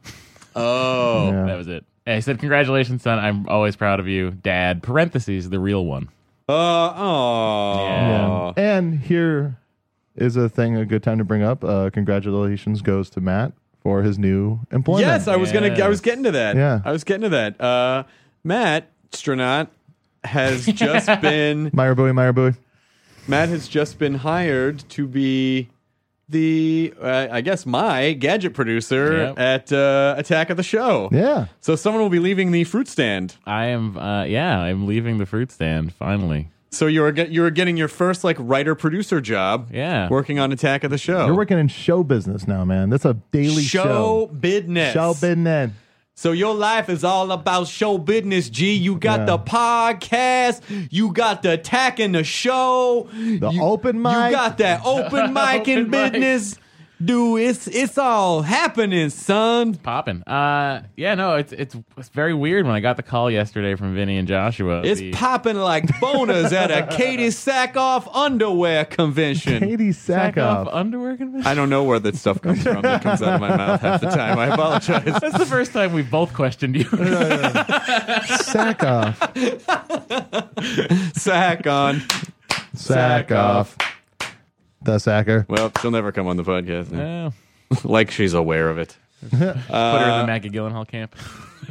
E: Oh,
F: Yeah.
G: That was it. And he said, "Congratulations, son! I'm always proud of you, Dad." Parentheses, the real one.
E: uh, oh,
G: Yeah.
F: And here is a thing, a good time to bring up. Uh, congratulations goes to Matt for his new employment.
E: Yes, I was gonna. I was getting to that.
F: Yeah.
E: I was getting to that. Uh, Matt Stranot
G: *laughs*
E: has just been.
F: Meyer Bowie, Meyer Bowie.
E: Matt has just been hired to be the, uh, I guess, my gadget producer
G: Yep.
E: at uh, Attack of the Show.
F: Yeah.
E: So someone will be leaving the fruit stand.
G: I am. Uh, yeah, I'm leaving the fruit stand finally.
E: So you're get, you're getting your first like writer producer job.
G: Yeah.
E: working on Attack of the Show.
F: You're working in show business now, man. That's a daily
E: show
F: show.
E: business.
F: Show business.
E: So your life is all about show business, G. You got
F: Yeah.
E: the podcast, you got the attack and the show, the
F: open
E: You
F: mic.
E: got that
F: *laughs*
E: open mic in
G: Open mic.
E: business. Dude, it's it's all happening, son.
G: popping. Uh, yeah, no, it's it's it's very weird when I got the call yesterday from Vinny and Joshua.
E: It's
G: The-
E: popping like boners
F: *laughs*
E: at a Katie Sackoff underwear convention.
F: Katie
G: Back off
F: Sackoff.
G: underwear convention.
E: I don't know where that stuff comes from that comes out of my mouth half the time. I
F: *laughs*
E: apologize.
G: That's the first time we've both questioned you.
F: Sackoff.
E: Sack on.
F: Sackoff. The sacker.
E: Well, she'll never come on the podcast. now.
G: Yeah.
E: like she's aware of it.
G: Put her in the Maggie Gyllenhaal camp.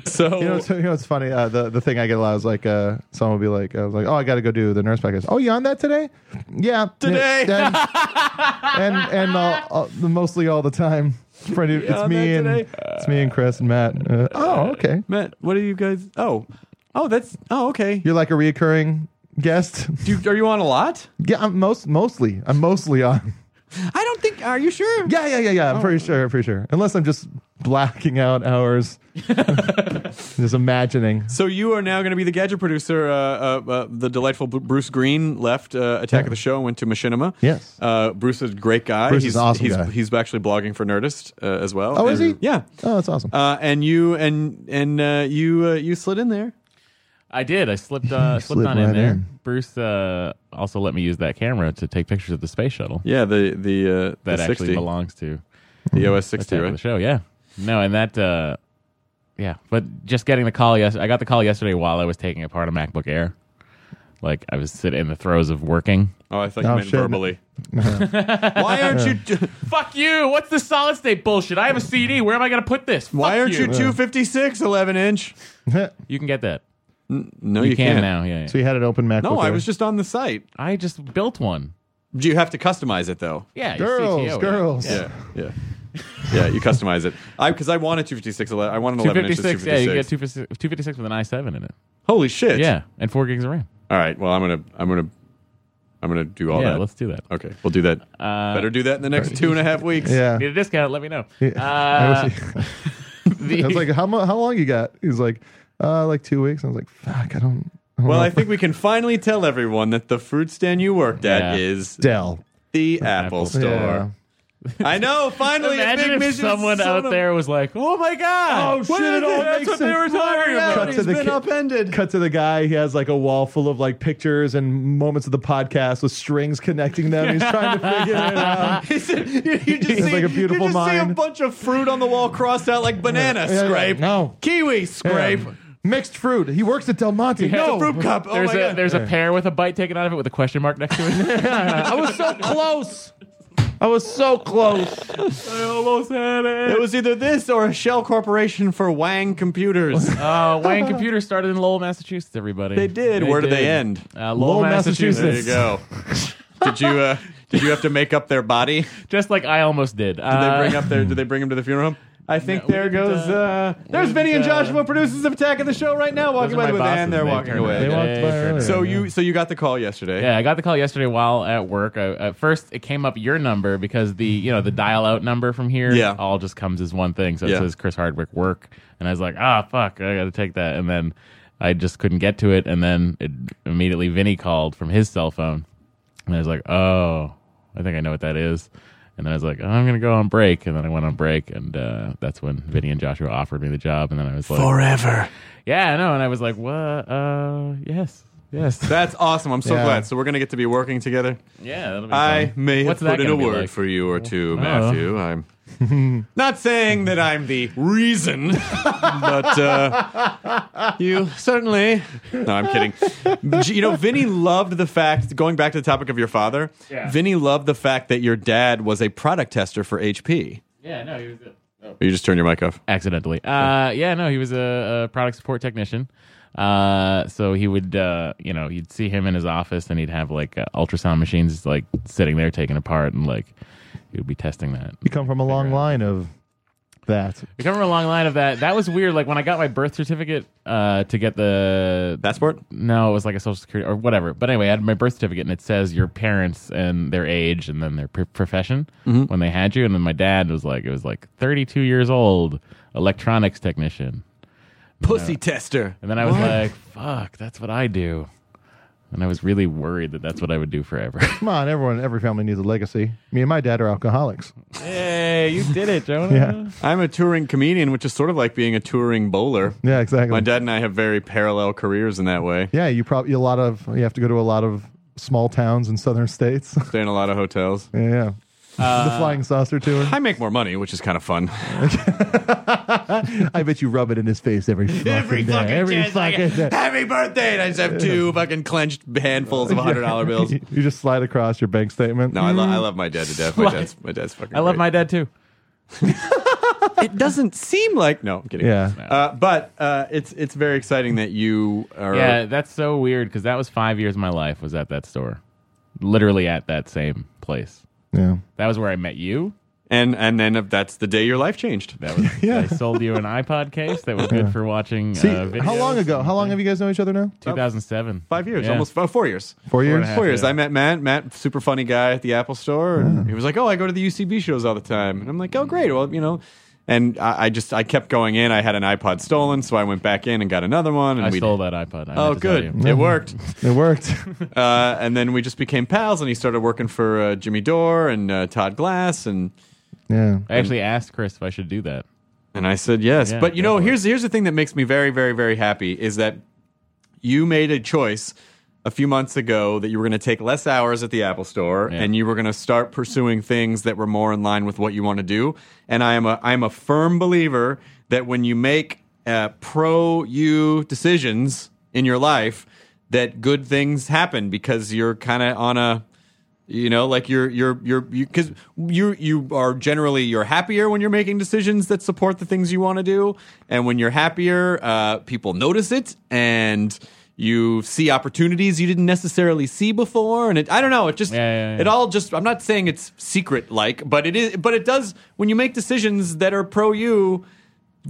E: So
F: You know, it's, you know, it's funny. Uh, the the thing I get a lot is like, uh, someone will be like, I was like, oh, I got to go do the nurse podcast. Oh, you on that today? Yeah,
E: Today. *laughs*
F: and and, and all, all, mostly all the time. It's, pretty, it's
E: on
F: me
E: that
F: and
E: today?
F: it's me and Chris and Matt. Uh, oh, okay.
E: Matt, what are you guys? Oh, oh, that's oh, okay.
F: You're like a reoccurring guest. *laughs*
E: Do you, are you on a lot?
F: yeah, I'm most mostly. I'm mostly on.
E: I don't think. Are you sure?
F: Yeah, yeah, yeah, yeah. I'm pretty sure. I'm pretty sure. Unless I'm just blacking out hours, *laughs* just imagining.
E: So you are now going to be the gadget producer. Uh, uh, uh, the delightful Bru- Bruce Green left uh, Attack of the Show and went to Machinima.
F: Yes.
E: Uh, Bruce is a great guy.
F: Bruce is
E: he's,
F: an awesome
E: he's,
F: guy.
E: He's actually blogging for Nerdist uh, as well.
F: Oh, is
E: And-
F: he?
E: Yeah.
F: Oh, that's awesome. *laughs*
E: Uh, and you and and uh, you uh, you slid in there.
G: I did. I
F: *laughs*
G: slipped uh, slipped,
F: slid
G: on in
F: right
G: there.
F: in.
G: Bruce uh, also let me use that camera to take pictures of the space shuttle
E: Yeah. The the uh,
G: that
E: the
G: actually
E: 60,
G: belongs to
E: the OS sixty,
G: Attack of the
E: right?
G: show. Yeah. No, and that. Uh, yeah, but just getting the call. Yes, I got the call yesterday while I was taking apart a MacBook Air. Like I was sitting in the throes of working.
E: Oh, I thought you
F: Oh,
E: meant
F: shit. *laughs*
E: verbally. Why aren't you? t-
G: Fuck you! What's this solid state bullshit? I have a CD. Where am I gonna put this?
E: Why aren't you two fifty six eleven inch?
G: You can get that.
E: No,
G: You,
E: Oh, you,
G: can,
E: can't.
G: now. Yeah, yeah.
F: so you had an open MacBook.
E: No, I
F: there.
E: was just on the site.
G: I just built one.
E: Do you have to customize it though?
G: Yeah, your
F: girls,
G: CTO, yeah.
F: girls.
E: Yeah, yeah, yeah. You customize it. I because I wanted 256. ele- I wanted 11 inches.
G: 256. Yeah, you can get
E: 256.
G: 256 256 with an i7 in it.
E: Holy shit.
G: Yeah, and four gigs of RAM.
E: All right. Well, I'm gonna I'm gonna I'm gonna do all
G: yeah,
E: that.
G: let's do that.
E: okay, we'll do that.
G: Uh,
E: Better do that in the next two and a half weeks.
F: Yeah.
G: Need a discount? Let me know.
F: Yeah. *laughs* I
G: Uh,
F: wish he- *laughs*
G: the-
F: I was like, how, mu- how long you got? He's like, uh, like two weeks. I was like, fuck, I don't. I don't
E: Well,
F: know.
E: I think we can finally tell everyone that the fruit stand you worked at
G: Yeah.
E: is
F: Dell.
E: the Apple
G: Apple
E: Store. I know. Finally, a big
G: imagine if
E: mission
G: someone out
E: son of-
G: there was like, "Oh my god!
F: Oh, shit, it all
G: That's
F: makes
G: what they were
F: sense.
G: talking
F: Cut
G: about."
F: to
G: *laughs*
E: Reality's
F: the
E: been
F: ki-
E: upended. *laughs*
F: Cut to the guy. He has like a wall full of like pictures and moments of the podcast with strings connecting them. He's trying to figure
E: *laughs*
F: it out.
E: you just
F: It's
E: see,
F: like a beautiful
E: you just see a
F: mind.
E: bunch of fruit on the wall crossed out like banana
F: Yeah, yeah,
E: scrape,
F: no.
E: kiwi scrape,
F: Yeah. Mixed fruit. He works at Del Monte. No.
E: fruit cup. Oh
G: There's
E: my
G: a
E: god!
G: there's a pear with a bite taken out of it with a question mark next to
E: *laughs*
G: it.
F: I was so close. I was so close.
G: I almost had
E: it was either this or a shell corporation for
F: *laughs*
E: Wang Computers.
G: Uh, Wang Computer started in Lowell, Massachusetts. Everybody,
E: They did. Where did they end?
G: Uh, Lowell,
F: Lowell,
G: Massachusetts.
E: there you go. did you uh, did you have to make up their body? Did
G: Just like I almost did.
E: they
G: Uh,
E: bring up their? Did they bring him to the funeral home? I think
G: No, we
E: there
G: didn't,
E: goes. Uh, there's
G: we
E: Vinny and
G: didn't, uh,
E: Joshua, producers of Attack of the Show, right now, walking
G: those are
E: by
G: my
E: the
G: bosses.
E: and they're
G: They
E: walking
G: turned
E: away.
G: around.
F: They walked
G: Yeah,
F: by
G: fair
F: earlier.
G: enough.
E: So you so you got the call yesterday.
G: Yeah, I got the call yesterday while at work. I, at first, it came up your number because the you know the dial out number from here
E: Yeah.
G: all just comes as one thing. So it
E: Yeah.
G: says Chris Hardwick work, and I was like, ah, fuck, I got to take that. And then I just couldn't get to it, and then it, immediately Vinny called from his cell phone, and I was like, "Oh, I think I know what that is." And then I was like, "I'm gonna go on break," and then I went on break, and uh, that's when Vinny and Joshua offered me the job, and then I was like,
H: Forever.
G: "Yeah, I know," and I was like, "What? Uh, yes, yes,
E: That's awesome. I'm so
F: Yeah.
E: glad. So we're gonna get to be working together.
G: yeah." that'll be
E: I
G: fun.
E: may have
G: What's that
E: put in a
G: gonna be
E: word
G: like? Uh-huh.
E: for you or two, Matthew. I'm
G: *laughs*
E: not saying that I'm the reason, *laughs* but uh, you certainly. *laughs* No, I'm kidding. G- You know, Vinny loved the fact, going back to the topic of your father,
G: Yeah.
E: Vinny loved the fact that your dad was a product tester for HP.
G: Yeah, no, he was good.
E: You just turn your mic off.
G: Oh. accidentally. Uh, yeah, no, he was a, a product support technician. Uh, so he would, uh, you know, you'd see him in his office, and he'd have like uh, ultrasound machines like sitting there taken apart, and like he would be testing that.
F: You come from a long line of that.
G: We come from a long line of that. That was weird. Like when I got my birth certificate uh, to get the
E: Passport?
G: no, it was like a social security or whatever. But anyway, I had my birth certificate and it says your parents and their age and then their pr- profession when they had you. And then my dad was like, it was like 32 years old, electronics technician.
E: Pussy tester.
G: And then I was like, fuck, that's what I do. And I was really worried that that's what I would do forever. *laughs*
F: Come on, everyone, every family needs a legacy. Me and my dad are alcoholics.
G: hey, you did it, Jonah.
F: Yeah.
E: I'm a touring comedian, which is sort of like being a touring
G: *laughs*
E: bowler.
F: Yeah, exactly.
E: My dad and I have very parallel careers in that way.
F: Yeah, you probably a lot of you have to go to a lot of small towns in southern states. *laughs*
E: Stay in a lot of hotels.
F: yeah, yeah.
E: Uh,
F: the flying saucer tour.
E: I make more money, which is kind of
G: *laughs*
E: fun.
F: *laughs* I bet you rub it in his face every fucking day. every
E: chance I
F: fucking
E: get,
F: day.
E: Happy birthday! And I just have two fucking clenched handfuls of hundred dollar bills.
F: *laughs* You just slide across your bank statement.
E: No, I, lo- I love my dad to death. My dad's my dad's fucking.
G: Mm. I love my
E: great.
G: dad too.
E: It doesn't seem like no. I'm kidding.
F: Yeah.
E: Uh, but uh, it's it's very exciting that you are.
G: Yeah, that's so weird because that was five years of my life was at that store, literally at that same place.
F: Yeah.
G: That was where I met you.
E: And and then if that's the day your life changed.
G: That was
F: *laughs*
G: I sold you an iPod case that was good for watching.
F: See,
G: uh, videos.
F: how long ago? How long have you guys known each other now?
G: 2007.
E: Five years,
G: Yeah.
E: almost oh, four years.
F: Four years.
E: Four years. I met Matt. Matt, super funny guy at the Apple Store, and he was like, "Oh, I go to the UCB shows all the time." And I'm like, "Oh, great. Well, you know." And I, I just I kept going in. I had an iPod stolen, so I went back in and got another one. And
G: I
E: we
G: stole that iPod. I
E: Oh,
G: meant to tell
E: good.
G: you.
E: It worked.
F: It
E: *laughs*
F: worked.
E: Uh, and then we just became pals, and he started working for uh, Jimmy Dore and uh, Todd Glass, and
F: yeah.
G: I actually asked Chris if I should do that.
E: and I said yes.
G: Yeah,
E: but you
G: go
E: know,
G: for it.
E: here's here's the thing that makes me very, very, very happy is that you made a choice a few months ago that you were going to take less hours at the Apple Store
G: Yeah.
E: and you were going to start pursuing things that were more in line with what you want to do. And I am a I am a firm believer that when you make uh, pro you decisions in your life, that good things happen because you're kind of on a you know, like you're you're you're because you, you are generally you're happier when you're making decisions that support the things you want to do, and when you're happier, uh, people notice it and you see opportunities you didn't necessarily see before, and it, I don't know, it just
G: Yeah, yeah, yeah.
E: it all just I'm not saying it's secret like, but it is, but it does when you make decisions that are pro you,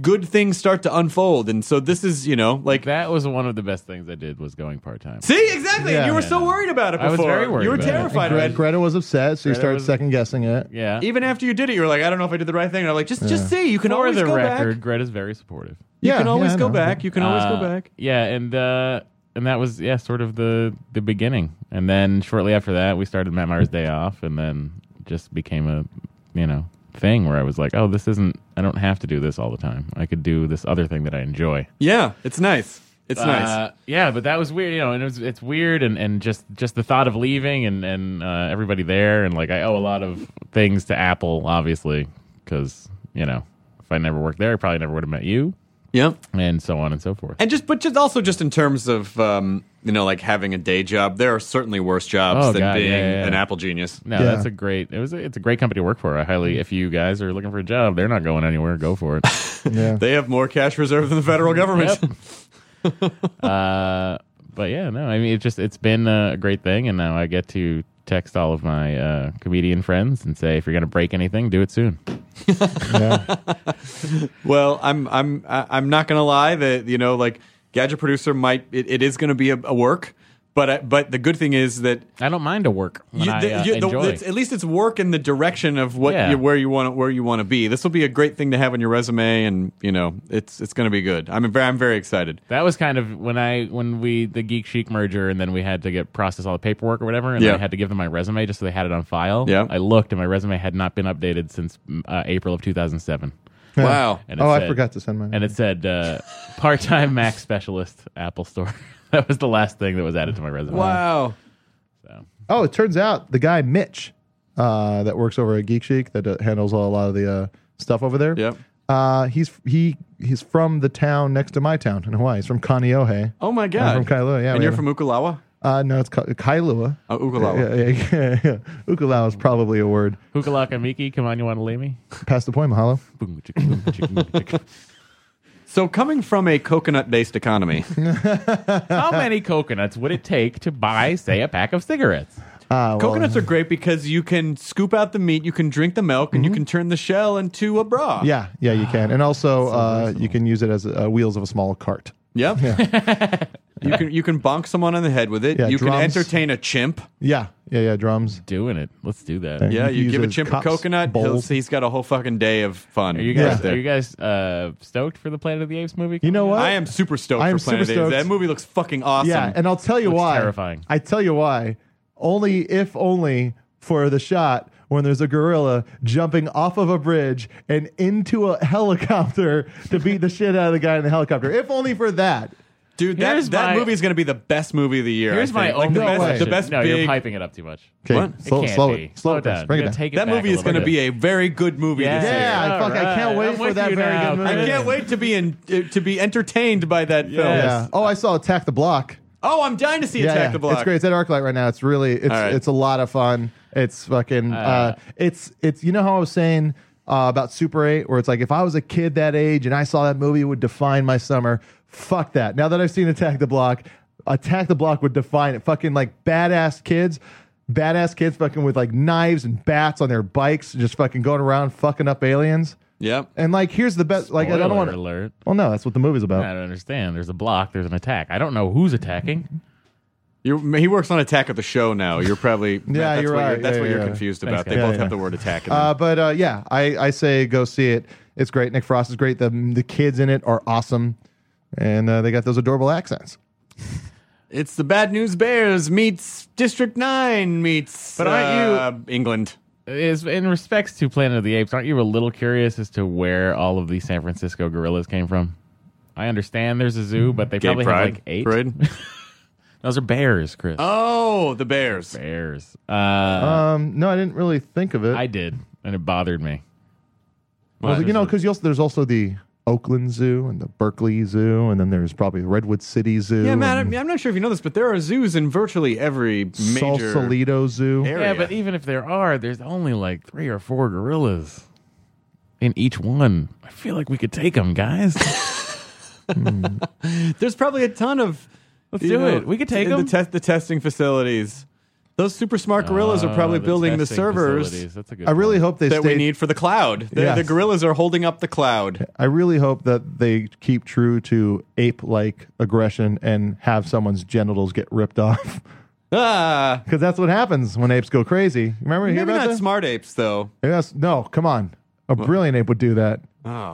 E: good things start to unfold, and so this is you know like.
G: That was one of the best things I did was going part time.
E: See exactly,
F: Yeah.
E: and you were
F: Yeah.
E: so worried about it
G: I
E: before.
G: was very worried
E: You were
G: about it.
E: terrified of
F: Greta,
E: it.
F: Greta was upset, so you
G: Greta
F: started
G: was-
F: second guessing it.
G: Yeah.
E: even after you did it, you were like, I don't know if I did the right thing. And I'm like, just just see. You can
G: for
E: always
G: the
E: go
G: record,
E: back.
G: Greta's very supportive.
E: You
F: Yeah,
E: can
F: yeah,
E: always
F: I
E: go
F: know.
E: back. You can always
G: Uh,
E: go back.
G: Yeah, and uh, and that was yeah, sort of the the beginning. And then shortly after that, we started Matt Myers Day Off, and then just became a you know thing where I was like, oh, this isn't. I don't have to do this all the time. I could do this other thing that I enjoy.
E: Yeah, it's nice. It's nice.
G: Uh, yeah, but that was weird, you know, and it was, it's weird, and, and just just the thought of leaving and and uh, everybody there, and like I owe a lot of things to Apple, obviously, because you know if I never worked there, I probably never would have met you,
E: Yeah.
G: and so on and so forth.
E: And just, but just also just in terms of, um, you know, like having a day job, there are certainly worse jobs
G: Oh,
E: than
G: God,
E: being
G: yeah, yeah, yeah.
E: an Apple genius.
G: No,
F: Yeah.
G: that's a great. It was. A, it's a great company to work for. I highly. If you guys are looking for a job, they're not going anywhere. Go
E: *laughs*
G: for it.
F: Yeah.
E: They have more cash reserve than the federal government. *laughs*
G: Yep. uh, but yeah, no. I mean, it's just it's been a great thing, and now I get to text all of my uh, comedian friends and say, if you're going to break anything, do it soon.
F: yeah.
E: Well, I'm I'm I- I'm not gonna lie that you know like gadget producer might it, it is gonna be a, a work, But I, but the good thing is that
G: I don't mind to work when
E: you-
G: I
E: the-
G: uh,
E: you- the-
G: enjoy.
E: it's- at least it's work in the direction of what
G: Yeah.
E: you, where you want where you want to be. This will be a great thing to have on your resume, and you know it's it's going to be good. I'm very, I'm very excited.
G: that was kind of when I when we the Geek Chic merger, and then we had to get process all the paperwork or whatever, and
E: Yeah.
G: then I had to give them my resume just so they had it on file.
E: Yeah.
G: I looked, and my resume had not been updated since mm, uh, April of 2007.
E: Wow.
G: And uh, it
F: Oh, I
G: said-
F: forgot to send mine.
G: And it said uh, part time Mac specialist, Apple Store. *laughs* that was the last thing that was added to my resume.
E: Wow.
F: Oh, it turns out the guy Mitch uh, that works over at Geek Chic that uh, handles a lot of the uh, stuff over there.
E: Yep.
F: Uh, he's he he's from the town next to my town in Hawaii. He's from Kaneohe.
E: Oh my God.
F: I'm from Kailua. Yeah.
E: and
F: we
E: you're
F: have
E: from
F: a-
E: Ukulawa?
F: Uh, no, it's Ka- Kailua.
E: Oh, Ukulawa.
F: Yeah, yeah, yeah, yeah. Ukulawa is probably a word.
G: Hukalaka Miki, come on, you want to
F: *laughs*
G: leave me?
F: Past the point, Mahalo. Uh,
G: Boom, chicka, boom, chicka, boom, chicka.
E: So coming from a
F: *laughs*
E: coconut-based economy,
G: *laughs* How many coconuts would it take to buy, say, a pack of cigarettes?
F: Uh, well,
E: coconuts are great because you can scoop out the meat, you can drink the milk, and you can turn the shell into a bra.
F: Mm-hmm. Yeah, yeah, you can, and also uh, you can use it as uh, wheels of a small cart.
E: Yep.
G: *laughs*
E: you can you can bonk someone on the head with it.
F: Yeah,
E: you can
F: drums.
E: entertain a chimp.
F: Yeah, yeah, yeah. Drums.
G: Doing it. Let's do that.
F: Thank
E: Yeah,
F: You
E: you
F: use
E: give a
F: those
E: chimp a
F: cups,
E: coconut, he'll,
F: bowls.
E: he's got a whole fucking day of fun.
G: Are you guys,
E: right
G: are you guys uh, stoked for the Planet of the Apes movie?
F: You know what?
E: I am super stoked
F: I am
E: for Planet
F: super
E: of the Apes.
F: stoked.
E: That movie looks fucking awesome.
F: Yeah, and I'll tell you
G: Looks
F: why.
G: terrifying.
F: I tell you why. Only if only for the shot when there's a gorilla jumping off of a bridge and into a *laughs* helicopter to beat the shit out of the guy in the helicopter. If only for that.
E: Dude, that,
G: Here's
E: that
G: my-
E: movie is going to be the best movie of the year. I
G: Here's my
E: think. like
G: only
E: the best,
F: question.
E: the best
G: no,
E: big.
G: you're piping it up too much.
F: Okay,
E: What?
G: It
F: slow,
G: can't
F: slow
G: be.
F: it, slow it, Chris.
G: down.
F: Bring
G: You
F: it
G: gotta
F: down.
G: Take it
E: That
G: back
E: movie is
G: going to
E: be a very good movie this year.
F: Yeah, fuck, I can't wait for that very good
E: I
F: movie. Yeah.
E: can't wait to be in uh, to be entertained by that film.
F: yeah. Oh, I saw Attack the Block.
E: Oh, I'm dying to see
F: Yeah,
E: Attack
F: yeah.
E: the Block.
F: It's great. It's at ArcLight right now. It's really it's
E: All right.
F: it's a lot of fun. It's fucking uh, it's it's you know how I was saying uh, about Super 8 where it's like if I was a kid that age and I saw that movie it would define my summer. Fuck that. Now that I've seen Attack the Block, Attack the Block would define it. Fucking like badass kids. Badass kids fucking with like knives and bats on their bikes, just fucking going around fucking up aliens.
E: Yep.
F: And like, here's the best. Like, I don't want
G: Spoiler
F: to.
G: alert.
F: Well, no, that's what the movie's about.
G: I don't understand. There's a block. There's an attack. I don't know who's attacking.
E: You're, he works on Attack of the Show now.
F: *laughs*
E: You're probably that's
F: you're
E: what
F: right.
E: You're, that's
F: Yeah,
E: what
F: yeah,
E: you're
F: yeah.
E: confused
G: Thanks,
E: about. They
G: guys.
E: both
F: Yeah,
E: have
F: yeah.
E: the word attack. In them.
F: Uh, but uh, yeah, I, I say go see it. It's great. Nick Frost is great. The the kids in it are awesome, and uh, they got those adorable accents.
E: it's the Bad News Bears meets District Nine meets.
G: But aren't
E: uh, England?
G: Is in respects to Planet of the Apes, aren't you a little curious as to where all of these San Francisco gorillas came from? I understand there's a zoo, but they
E: Gay
G: probably
E: pride
G: have like eight.
E: parade. *laughs*
G: Those are bears, Chris.
E: Oh, the Bears.
G: Bears. Uh,
F: Um, no, I didn't really think of it.
G: I did, and it bothered me.
F: I was like, you know, because there's also the Oakland Zoo and the Berkeley Zoo, and then there's probably the Redwood City Zoo.
E: Yeah, man.
F: and
E: I'm, I'm not sure if you know this, but there are zoos in virtually every major
F: Sausalito Zoo.
E: area.
G: Yeah, but even if there are, there's only like three or four gorillas in each one. I feel like we could take them, guys.
E: There's probably a ton of.
G: Let's
E: you
G: do
E: know,
G: it. We could take
E: the
G: them.
E: test the testing facilities. Those super smart gorillas are
G: Oh, Ah,
E: probably building the servers
G: That's a good
F: I really hope they
E: that
F: stay.
E: we need for the cloud. The,
F: Yes.
E: the gorillas are holding up the cloud.
F: I really hope that they keep true to ape-like aggression and have someone's genitals get ripped off. *laughs*
E: Ah,
F: Because that's what happens when apes go crazy. Remember, you hear
E: maybe
F: about
E: not
F: that?
E: smart apes though.
F: Yes. No. Come on. A brilliant ape would do that.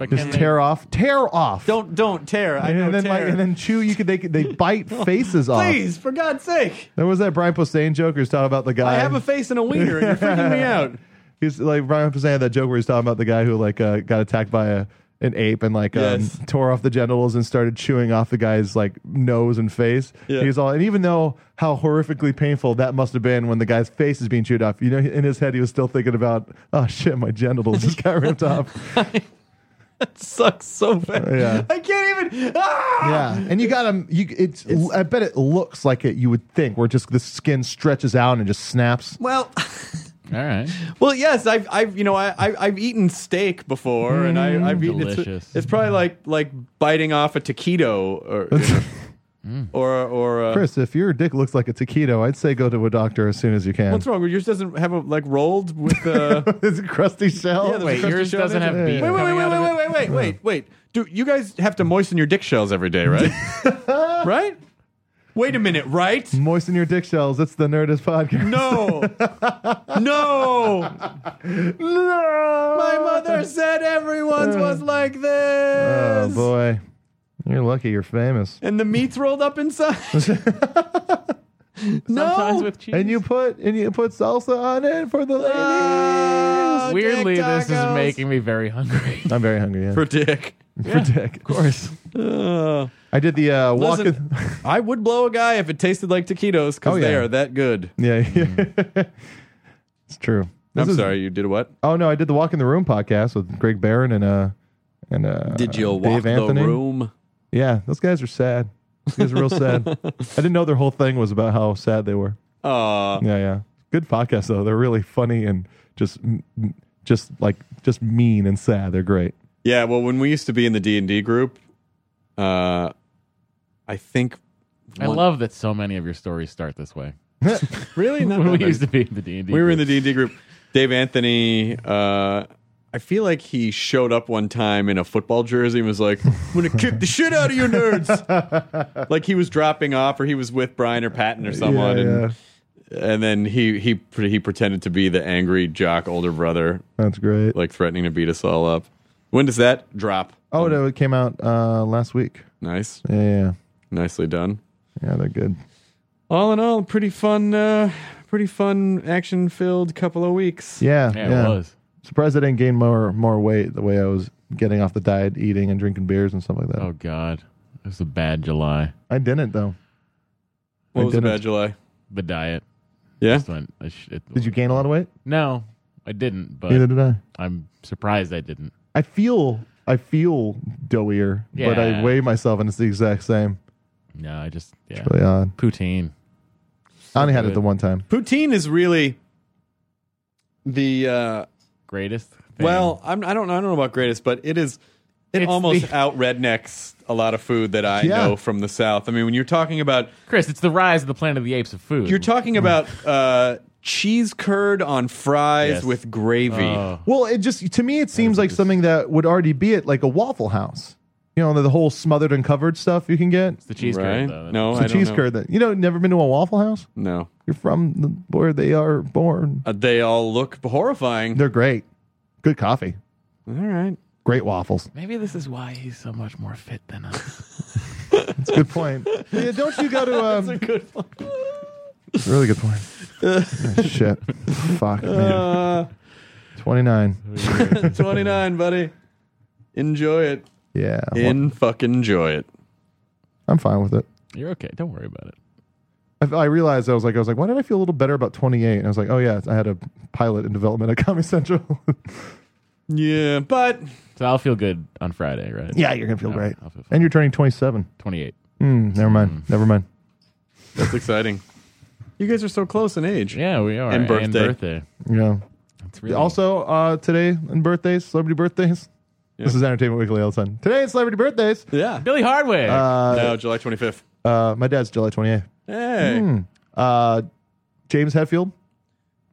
F: Just tear off. Tear off.
E: Don't don't tear. I know
F: and then
E: tear.
F: like and then chew. You could they
E: *laughs*
F: could- they bite faces off.
E: Please, for God's sake,
F: There was that Brian Posehn joke where he's talking about the guy.
E: I have a face and a wiener, and you're
F: *laughs*
E: freaking me out.
F: He's like Brian Posehn had that joke where he's talking about the guy who like uh, got attacked by a an ape and like
E: Yes.
F: um, tore off the genitals and started chewing off the guy's like nose and face.
E: Yeah.
F: He's all and even though how horrifically painful that must have been when the guy's face is being chewed off, you know, in his head he was still thinking about oh shit, my genitals just got ripped
E: *laughs*
F: off.
E: Sucks so bad.
F: Yeah.
E: I can't even. Ah!
F: Yeah, *laughs* and you got them. You, it's, I bet it looks like it. You would think where just the skin stretches out and just snaps.
E: Well,
G: All right.
E: well, yes, I've, I've, you know, I, I've, I've eaten steak before, and I, I've eaten. It's,
G: Mm, delicious.
E: it's probably like, like biting off a taquito, or,
G: *laughs*
E: you
G: Mm.
E: know, or, or. Uh,
F: Chris, if your dick looks like a taquito, I'd say go to a doctor as soon as you can.
E: what's wrong? Yours doesn't have a like rolled with.
F: *laughs*
E: Uh,
F: it's a crusty shell.
E: Yeah, there's a
G: Wait,
E: crusty
G: yours
E: shell
G: doesn't
E: there?
G: have beef.
E: Wait, wait, wait,
G: coming
E: wait,
G: out of
E: wait,
G: it?
E: wait,
F: *laughs*
E: wait, wait, wait. Dude, you guys have to moisten your dick shells every day, right? right? Wait a minute, right?
F: Moisten your dick shells. It's the Nerdist podcast.
E: No, no.
F: no.
E: My mother said everyone's
F: *laughs*
E: was like this.
F: Oh boy, you're lucky. You're famous.
E: And the meat's rolled up *laughs* inside.
G: Sometimes
E: no.
G: with cheese.
F: And you put and you put salsa on it for the ladies.
E: Ah,
G: Weirdly,
E: dick
G: this is
E: tacos.
G: making me very hungry.
F: *laughs* I'm very hungry. Yeah.
E: for *laughs* dick.
F: For dick, of course. I did the uh, walk.
E: Listen, I would blow a guy if it tasted like taquitos because
F: Oh,
E: they
F: yeah.
E: are that good.
F: *laughs* yeah, it's true. This
E: Mm. I'm
F: is-
E: sorry, you did what?
F: Oh no, I did the Walk in the Room podcast with Greg Barron and uh and uh
E: Did you
F: Dave
E: walk
F: Anthony.
E: the room?
F: Yeah, those guys are sad. Those guys are real sad.
E: *laughs*
F: I didn't know their whole thing was about how sad they were.
E: Aw.
F: Yeah, yeah. Good podcast though. They're really funny and just just like just mean and sad. They're great.
E: Yeah, well, when we used to be in the D and D group, uh, I think
G: I
E: one-
G: love that so many of your stories start this *laughs* way. *laughs*
E: really not
G: When
E: that
G: we
E: many.
G: used to be in the D and D,
E: we were in the D and D group. Dave Anthony, uh, I feel like he showed up one time in a football jersey and was like, "I'm gonna kick the shit out of you
F: *laughs*
E: nerds!" like he was dropping off, or he was with Brian or Patton or someone,
F: yeah,
E: and
F: yeah.
E: and then he he pre- he pretended to be the angry jock older brother,
F: That's great.
E: like threatening to beat us all up. When does that drop?
F: oh no, it came out uh last week.
E: Nice,
F: Yeah, yeah.
E: nicely done.
F: Yeah, they're good.
E: All in all, pretty fun, uh, pretty fun, action-filled couple of weeks.
F: Yeah,
G: Yeah, it was.
F: Surprised I didn't gain more more weight the way I was getting off the diet, eating and drinking beers and stuff like that.
G: Oh God, it was a bad July.
F: I didn't though.
E: What
F: I
E: was a
F: didn't.
E: bad July?
G: The diet.
E: Yeah,
G: just went- I sh- it-
F: Did you gain a lot of weight?
G: No, I didn't. But
F: Neither did I.
G: I'm surprised I didn't.
F: I feel I feel doughier, but I
G: Yeah.
F: weigh myself and it's the exact same.
G: No, I just yeah.
F: Really odd.
G: Poutine.
F: I only had it
G: good.
F: the one time.
E: poutine is really the uh,
G: Greatest. Thing.
E: well. I'm, I don't know. I don't know about greatest, but it is. It
G: It's
E: almost
G: the-
E: out rednecks a lot of food that I
F: Yeah.
E: know from the South. I mean, when you're talking about
G: Chris, it's the rise of the Planet of the Apes of food.
E: you're talking about uh, cheese curd on fries
G: Yes.
E: with gravy.
G: Oh.
F: Well, it just to me it seems like something that would already be at like a Waffle House. You know, the, the whole smothered and covered stuff you can get.
G: It's the cheese
E: right?
G: curd, though.
E: no,
F: It's
E: Oh, I
F: a
E: don't
F: cheese
E: know.
F: curd that you know never been to a Waffle House.
E: No,
F: You're from the, where they are born.
E: Uh, they all look horrifying.
F: They're great. Good coffee.
E: all right.
F: Great waffles.
G: Maybe this is why he's so much more fit than us.
F: That's a good
E: *laughs*
F: point. yeah, don't you go to um,
E: Good.
F: Really good point.
E: *laughs*
F: Oh, shit. Fuck, man.
E: Uh, *laughs*
F: 29.
E: 29, buddy. Enjoy it.
F: Yeah. well,
E: In fucking enjoy it.
F: I'm fine with it.
G: *laughs* You're okay. Don't worry about it.
F: I, I realized I was like, I was like, why did I feel a little better about 28? And I was like, oh, yeah, I had a pilot in development at Comedy Central. *laughs*
E: Yeah, but
G: So I'll feel good on Friday, right?
F: yeah, you're going to feel
G: I'll-
F: great.
G: I'll feel fine. Hmm.
F: And you're turning 27.
G: 28.
F: Mm, never mind. Never mind.
E: that's exciting. *laughs* You guys are so close in age.
G: Yeah, we are.
E: And birthday.
G: birthday.
F: Yeah.
G: It's really
F: Also, uh, today in birthdays, celebrity birthdays. This is Entertainment Weekly all the time. Today is celebrity birthdays.
E: Yeah.
G: Billy Hardway.
E: no, July 25th.
F: Uh, my dad's July 28th.
E: Hey.
F: Uh, James Hetfield,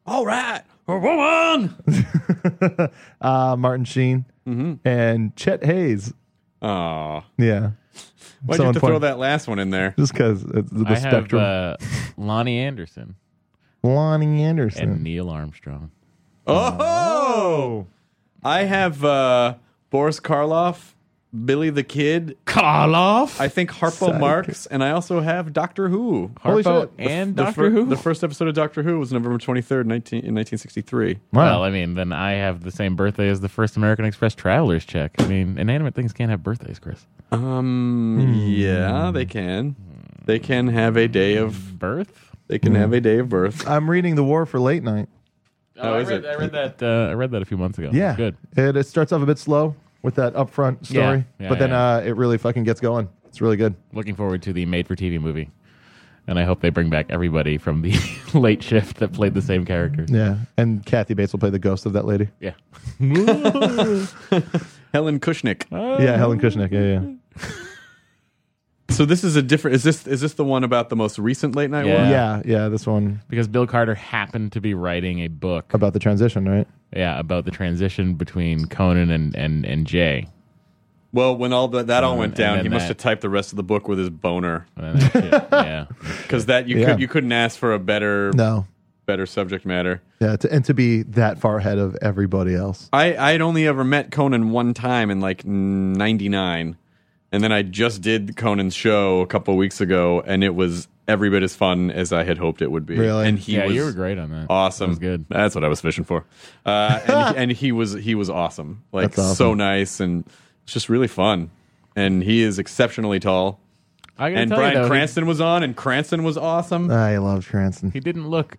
E: All right. A woman.
F: uh, Martin Sheen,
G: Mm-hmm.
F: and Chet Hayes.
E: Aw.
F: Yeah.
E: Why'd you
F: Someone
E: have to throw
F: point-
E: that last one in there?
F: Just because it's the
G: I have
F: spectrum.
G: Uh, Lonnie Anderson
F: Lonnie Anderson.
G: and Neil Armstrong.
E: Oh! I have uh, Boris Karloff, Billy the Kid,
G: Karloff.
E: I think Harpo Marx, and I also have Doctor Who.
F: Holy
G: Harpo
F: shit.
G: and
E: The
G: Doctor
E: fir-
G: Who.
E: The first episode of Doctor Who was November 23rd, 19, in 1963.
G: Well, I mean, then I have the same birthday as the first American Express traveler's check. I mean, inanimate things can't have birthdays, Chris.
E: Um, yeah, they can. They can have a day of
G: Birth?
E: they can have a day of birth.
F: I'm reading The War for Late Night.
E: Oh,
G: I
E: is
G: read,
E: it?
G: I read that. Uh, I read that a few months ago.
F: Yeah.
G: It's good.
F: It, it starts off a bit slow with that upfront story,
G: Yeah,
F: but then
G: yeah.
F: Uh, it really fucking gets going. It's really good.
G: Looking forward to the made-for-TV movie, and I hope they bring back everybody from the *laughs* late shift that played the same characters.
F: Yeah. And Kathy Bates will play the ghost of that lady.
G: Yeah.
E: Helen Kushnick.
F: yeah, Helen Kushnick. Yeah, yeah.
E: So this is a different. Is this is this the one about the most recent late night
G: Yeah.
E: one?
F: Yeah, yeah, this one
G: Because Bill Carter happened to be writing a book,
F: about the transition, right? *laughs*
G: yeah, about the transition between Conan and and and Jay.
E: Well, when all the, that all went
G: and
E: down,
G: then
E: he must
G: that.
E: have typed the rest of the book with his boner
G: And that shit, yeah.
E: because that you
F: Yeah.
E: could you couldn't ask for a better
F: No.
E: better subject matter.
F: Yeah, to, and to be that far ahead of everybody else.
E: I I had only ever met Conan one time in like '99, and then I just did Conan's show a couple weeks ago, and it was every bit as fun as I had hoped it would be.
F: Really?
E: and he
G: yeah,
E: was
G: you were great on that.
E: awesome.
G: That was good.
E: That's what I was fishing for.
F: *laughs*
E: Uh, and, he, and he was he was awesome. Like
F: That's awesome.
E: so nice and it's just really fun. And he is exceptionally tall.
G: I gotta
E: And
G: tell
E: Brian
G: you, though, he-
E: Cranston was on, and Cranston was awesome.
F: I love Cranston.
G: he didn't look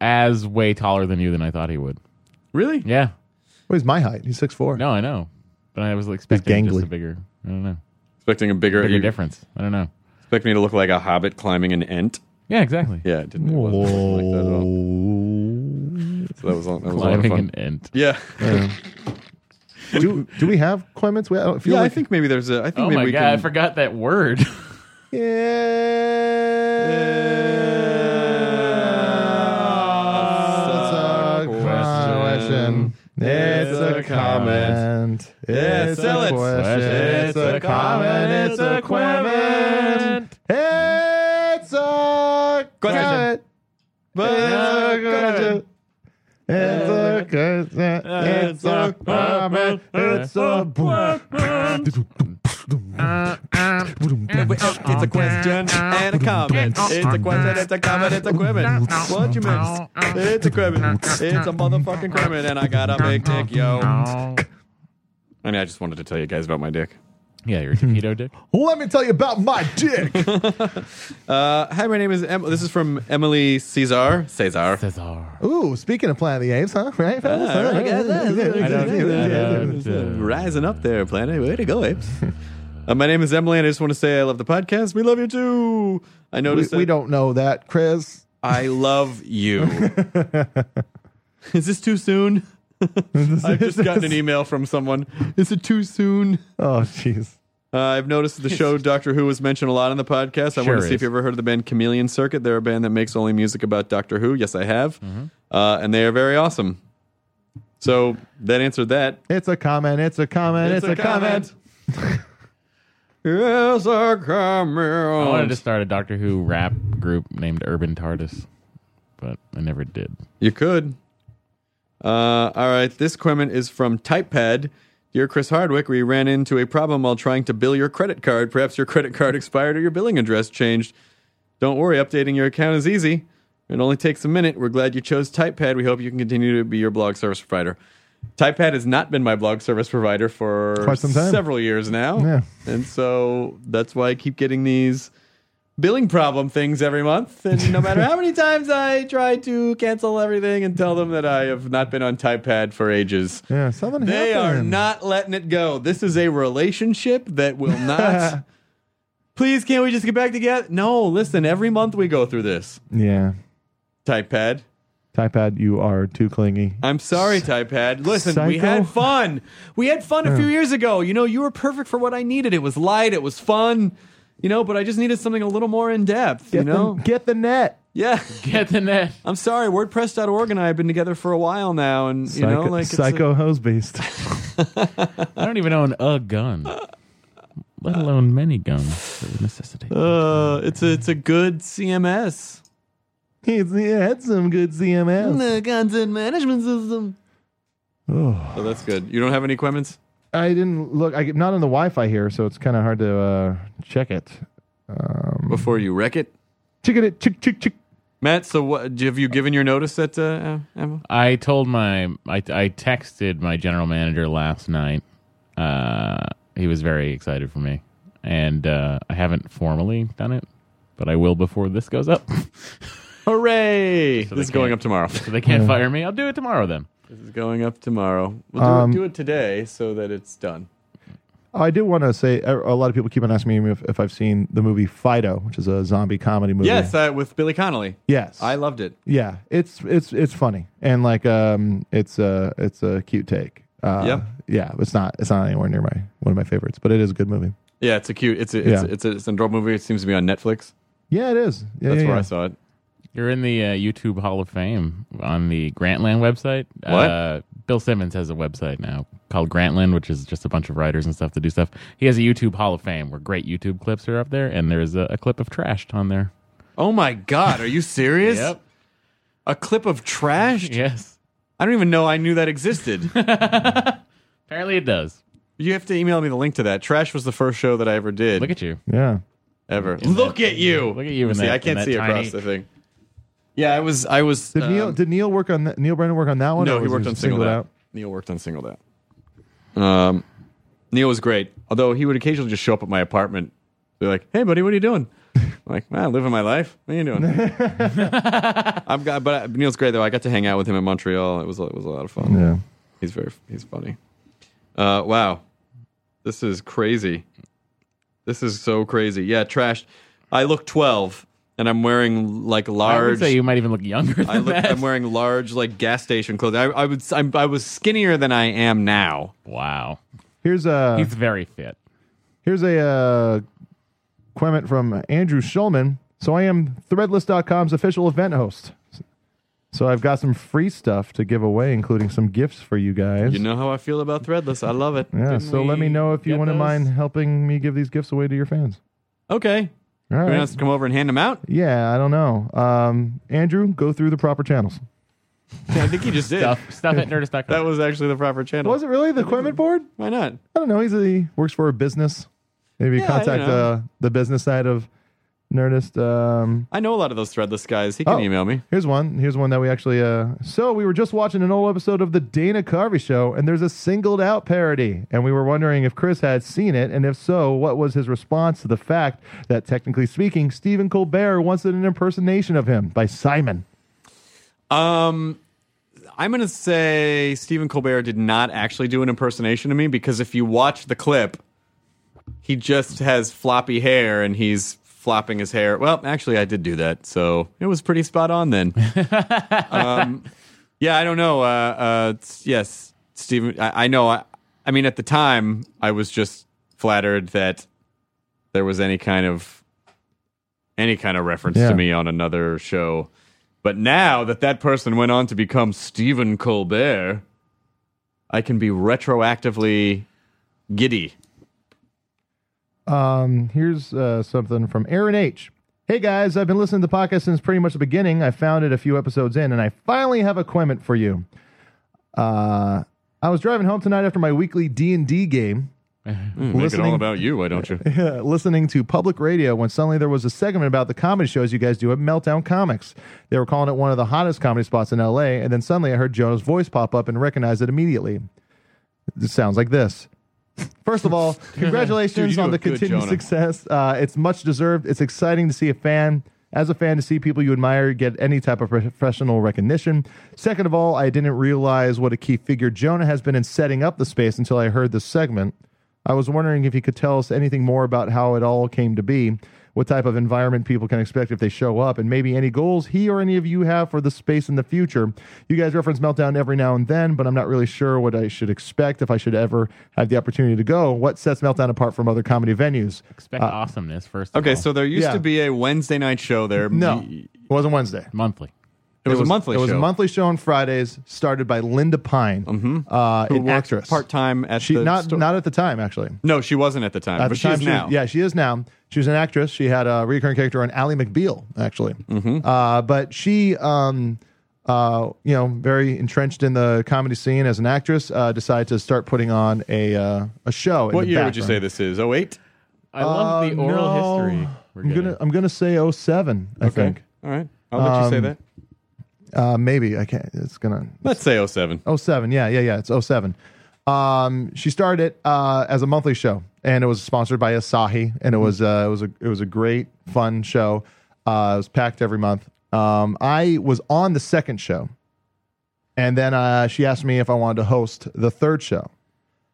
G: as way taller than you than I thought he would.
E: really?
G: Yeah.
F: Well, he's my height. He's 6'4".
G: No, I know. But I was expecting just
F: gangly.
G: a bigger, I don't know,
E: Expecting a bigger,
G: bigger
E: you
G: difference. I don't know.
E: Expect me to look like a hobbit climbing an ent?
G: Yeah, exactly.
E: Yeah, it didn't. It wasn't
F: Oh.
E: like that at all. So that was, a- that was a lot of
G: Climbing
E: fun.
G: an ant.
E: yeah.
F: do, do we have Clements? We, I don't feel
E: Yeah, I
F: like-
E: think maybe there's a. I think
G: Oh
E: maybe
G: my
E: we
G: god, I
E: can.
G: forgot that word.
F: It's a question. It's a comment. It's
E: Sell
F: a
E: it.
F: question. It's a comment. It's a comment. It's a comment. But it's a question. It's a question. It's a comment. It's a
E: It's a question and a comment. It's a question, it's a comment, it's a equipment. What you miss? It's equipment. It's a motherfucking equipment, and I got a big dick, yo. I mean, I just wanted to tell you guys about my dick.
G: yeah, you're a torpedo dick.
F: Let me tell you about my *laughs* dick.
E: Uh, hi, my name is Em- This is from Emily Caesar. Caesar.
G: Cesar.
F: Ooh, speaking of Planet of the Apes, huh? Right? fellas?
E: Ah, I got
G: I don't- I
E: *laughs*
G: don't, uh,
E: Rising up there, planet. Way to
F: *laughs*
E: go, apes. Uh, my name is Emily, and I just want to say I love the podcast. We love you too. I
F: We,
E: noticed
F: we
E: that-
F: don't know that, Chris.
E: I love you. *laughs* Is this too
G: *laughs*
E: soon? I've just gotten an email from someone. Is it too soon?
F: Oh, jeez.
E: Uh, I've noticed the
G: *laughs*
E: show Doctor Who was mentioned a lot on the podcast. I
G: Sure
E: want to see if
G: is.
E: you ever heard of the band Chameleon Circuit. They're a band that makes only music about Doctor Who. Yes, I have.
G: Mm-hmm.
E: Uh, and they are very awesome. So that answered that.
F: It's a comment. It's a comment. It's, a, comment.
E: *laughs* Yes, a
G: I wanted
E: comment.
G: to start a Doctor Who rap group named Urban TARDIS, but I never did.
E: You could. Uh, all right. This comment is from TypePad. Dear Chris Hardwick, we ran into a problem while trying to bill your credit card. Perhaps your credit card expired or your billing address changed. Don't worry, updating your account is easy. It only takes a minute. We're glad you chose TypePad. We hope you can continue to be your blog service provider. TypePad has not been my blog service provider for
F: Quite some time.
E: several years now.
F: Yeah.
E: And so that's why I keep getting these billing problem things every month. And no matter how many times I try to cancel everything and tell them that I have not been on TypePad for ages,
F: Yeah, something
E: they are
F: happened.
E: not letting it go. This is a relationship
F: *laughs*
E: that will not. Please, can't we just get back together? No, listen, every month we go through this.
F: Yeah.
E: TypePad.
F: Typepad, you are too clingy.
E: I'm sorry, Typepad. Listen, we
F: Psycho?
E: had fun. We had fun a few years ago. You know, you were perfect for what I needed. It was light, it was fun, you know, but I just needed something a little more in depth, you
F: Get,
E: know?
F: the, get the net.
E: Yeah.
G: Get the net.
E: I'm sorry, WordPress.org and I have been together for a while now, and, you
F: Psycho,
E: know, like. it's a-
F: psycho hose beast. *laughs*
G: I don't even own a gun, let alone many guns that would necessitate.
E: uh, it's a it's a good CMS.
F: He's he had some good CMS.
E: content management system.
F: Oh.
E: Oh, that's good. You don't have any equipments?
F: I didn't look. I, not on the Wi-Fi here, so it's kind of hard to uh, check it. Um,
E: before you wreck it,
F: check it. Check check check.
E: Matt. So, what have you given your notice at uh, Emma?
G: I told my I, I texted my general manager last night. Uh, he was very excited for me, and uh, I haven't formally done it, but I will before this goes up. *laughs*
E: Hooray!
G: So
E: *laughs*
G: they
E: this is going up
G: can't-
E: tomorrow.
G: so they can't fire me. I'll do it tomorrow then.
E: this is going up tomorrow. We'll do,
F: Um,
E: it, do it today so that it's done.
F: I do want to say er, a a lot of people keep on asking me if, if I've seen the movie Fido, which is a zombie comedy movie.
E: Yes, uh, with Billy Connolly.
F: yes,
E: I loved it.
F: yeah. It's it's it's funny and like um, it's a it's a cute take. Uh,
E: Yep.
F: Yeah, it's not it's not anywhere near my one of my favorites, but it is a good movie.
E: Yeah, it's a cute. It's a, it's
F: Yeah.
E: it's, a, it's an adult movie. It seems to be on Netflix.
F: Yeah, it is. Yeah,
E: That's
F: yeah,
E: where
F: yeah.
E: I saw it.
G: You're in the uh, YouTube Hall of Fame on the Grantland website.
E: What?
G: Uh, Bill Simmons has a website now called Grantland, which is just a bunch of writers and stuff that do stuff. He has a YouTube Hall of Fame where great YouTube clips are up there, and there's a, a clip of Trashed on there.
E: Oh my God, are you
F: *laughs*
E: serious? A clip of trash?
G: Yes.
E: I don't even know I knew that existed.
G: Apparently it does.
E: you have to email me the link to that. Trash was the first show that I ever did.
G: Look at you.
F: Yeah.
E: ever. Look at you.
G: Look at you in
E: See,
G: that-
E: I can't
G: in that
E: see
G: tiny-
E: across the thing. Yeah, I was. I was.
F: Did Neil
E: um,
F: did Neil work on that, Neil Brennan work on that one?
E: no,
F: or
E: he
F: was
E: worked on
F: just
E: singled out. Neil worked on singled out. Um, Neil was great, although he would occasionally just show up at my apartment. Be like, "Hey, buddy, what are you doing?"
F: *laughs*
E: I'm like, "Man, living my life. What are you doing?" I've got, but uh, Neil's great though. I got to hang out with him in Montreal. It was it was a lot of fun.
F: Yeah.
E: He's very he's funny. Uh, wow, this is crazy. This is so crazy. Yeah, trashed. I look twelve, and I'm wearing like
G: I would
E: large.
G: say you might even look younger than
E: I look,
G: that.
E: I'm wearing large like gas station clothes. I, I would I'm, I was skinnier than I am now.
G: wow.
F: Here's
E: Uh.
F: a
G: He's very fit.
F: here's a uh, comment from Andrew Schulman. So I am Threadless.com's official event host. So I've got some free stuff to give away, including some gifts for you guys.
E: You know how I feel about Threadless. I love it.
F: yeah.
G: didn't
F: So let me
G: we
F: know if you
G: get
F: wouldn't
G: those?
F: mind helping me give these gifts away to your fans.
E: Okay,
F: All
E: you
F: right.
E: want us to come over and hand them out?
F: Yeah, I don't know. Um, Andrew, go through the proper channels.
E: I think he just did.
G: Stuff, stuff at nerdist.com.
E: That was actually the proper channel.
F: Was it really the equipment board?
E: Why not?
F: I don't know. He's a, he works for a business. Maybe
E: Yeah, you
F: contact
E: know.
F: uh, the business side of Nerdist. Um,
E: I know a lot of those Threadless guys. He can
F: Oh.
E: email me.
F: Here's one. Here's one that we actually. Uh, so we were just watching an old episode of the Dana Carvey show, and there's a singled out parody, and we were wondering if Chris had seen it, and if so, what was his response to the fact that, technically speaking, Stephen Colbert once did an impersonation of him by Simon.
E: Um, I'm going to say Stephen Colbert did not actually do an impersonation of me because if you watch the clip, he just has floppy hair and he's flopping his hair. Well, actually, I did do that, so it was pretty spot on then. um, yeah, I don't know. Uh, uh, s- yes, Stephen, I, I know. I, I mean, at the time, I was just flattered that there was any kind of any kind of reference
F: Yeah.
E: to me on another show. But now that that person went on to become Stephen Colbert, I can be retroactively giddy.
F: Um, here's uh, something from Aaron H. Hey guys, I've been listening to the podcast since pretty much the beginning. I found it a few episodes in, and I finally have a comment for you. Uh, I was driving home tonight after my weekly D and D game, *laughs*
E: Make it all
F: Hmm. Listening- Eh,
E: about you, why don't you?
F: listening to public radio when suddenly there was a segment about the comedy shows you guys do at Meltdown Comics. They were calling it one of the hottest comedy spots in LA, and then suddenly I heard Jonah's voice pop up and recognized it immediately. It sounds like this. First of all,
E: *laughs* Dude, you
F: congratulations
E: do
F: on
E: it
F: the
E: good,
F: continued
E: Jonah.
F: success. Uh, it's much deserved. It's exciting to see a fan, as a fan, to see people you admire get any type of professional recognition. Second of all, I didn't realize what a key figure Jonah has been in setting up the space until I heard this segment. I was wondering if you could tell us anything more about how it all came to be, what type of environment people can expect if they show up, and maybe any goals he or any of you have for the space in the future. You guys reference Meltdown every now and then, but I'm not really sure what I should expect if I should ever have the opportunity to go. What sets Meltdown apart from other comedy venues?
G: Expect awesomeness first. of
E: Uh, Okay,
G: all.
E: so there used
F: Yeah.
E: to be a Wednesday night show there.
F: No,
E: Y-
F: it wasn't Wednesday.
G: monthly.
E: It was, a monthly
F: It
E: show. Mm-hmm.
F: was a monthly show on Fridays, started by Linda Pine, uh,
E: Who
F: an
E: worked
F: actress.
E: part-time at
F: she
E: the
F: not
E: store.
F: not at the time actually.
E: No, she wasn't at the time,
F: At
E: but
F: the
E: she
F: Uh, time
E: is now.
F: Was, yeah, she is now. She was an actress. She had a recurring character on Ally McBeal, actually.
E: Mm-hmm.
F: Uh, but she, um, uh, you know, very entrenched in the comedy scene as an actress, uh, decided to start putting on a uh, a show. in
E: What
F: the
E: year would you say
F: background.
E: this is? 08?
G: I love
F: Uh,
G: the oral
F: no.
G: history. We're
F: I'm gonna I'm gonna say 07, I think. Um,
E: All right. I'll let you say that.
F: Uh, maybe I can't. It's gonna
E: Let's say 07.
F: 07. Yeah, yeah, yeah. It's 07. Um, she started it uh, as a monthly show, and it was sponsored by Asahi, and it was uh, it was a it was a great fun show. Uh, it was packed every month. Um, I was on the second show, and then uh, she asked me if I wanted to host the third show,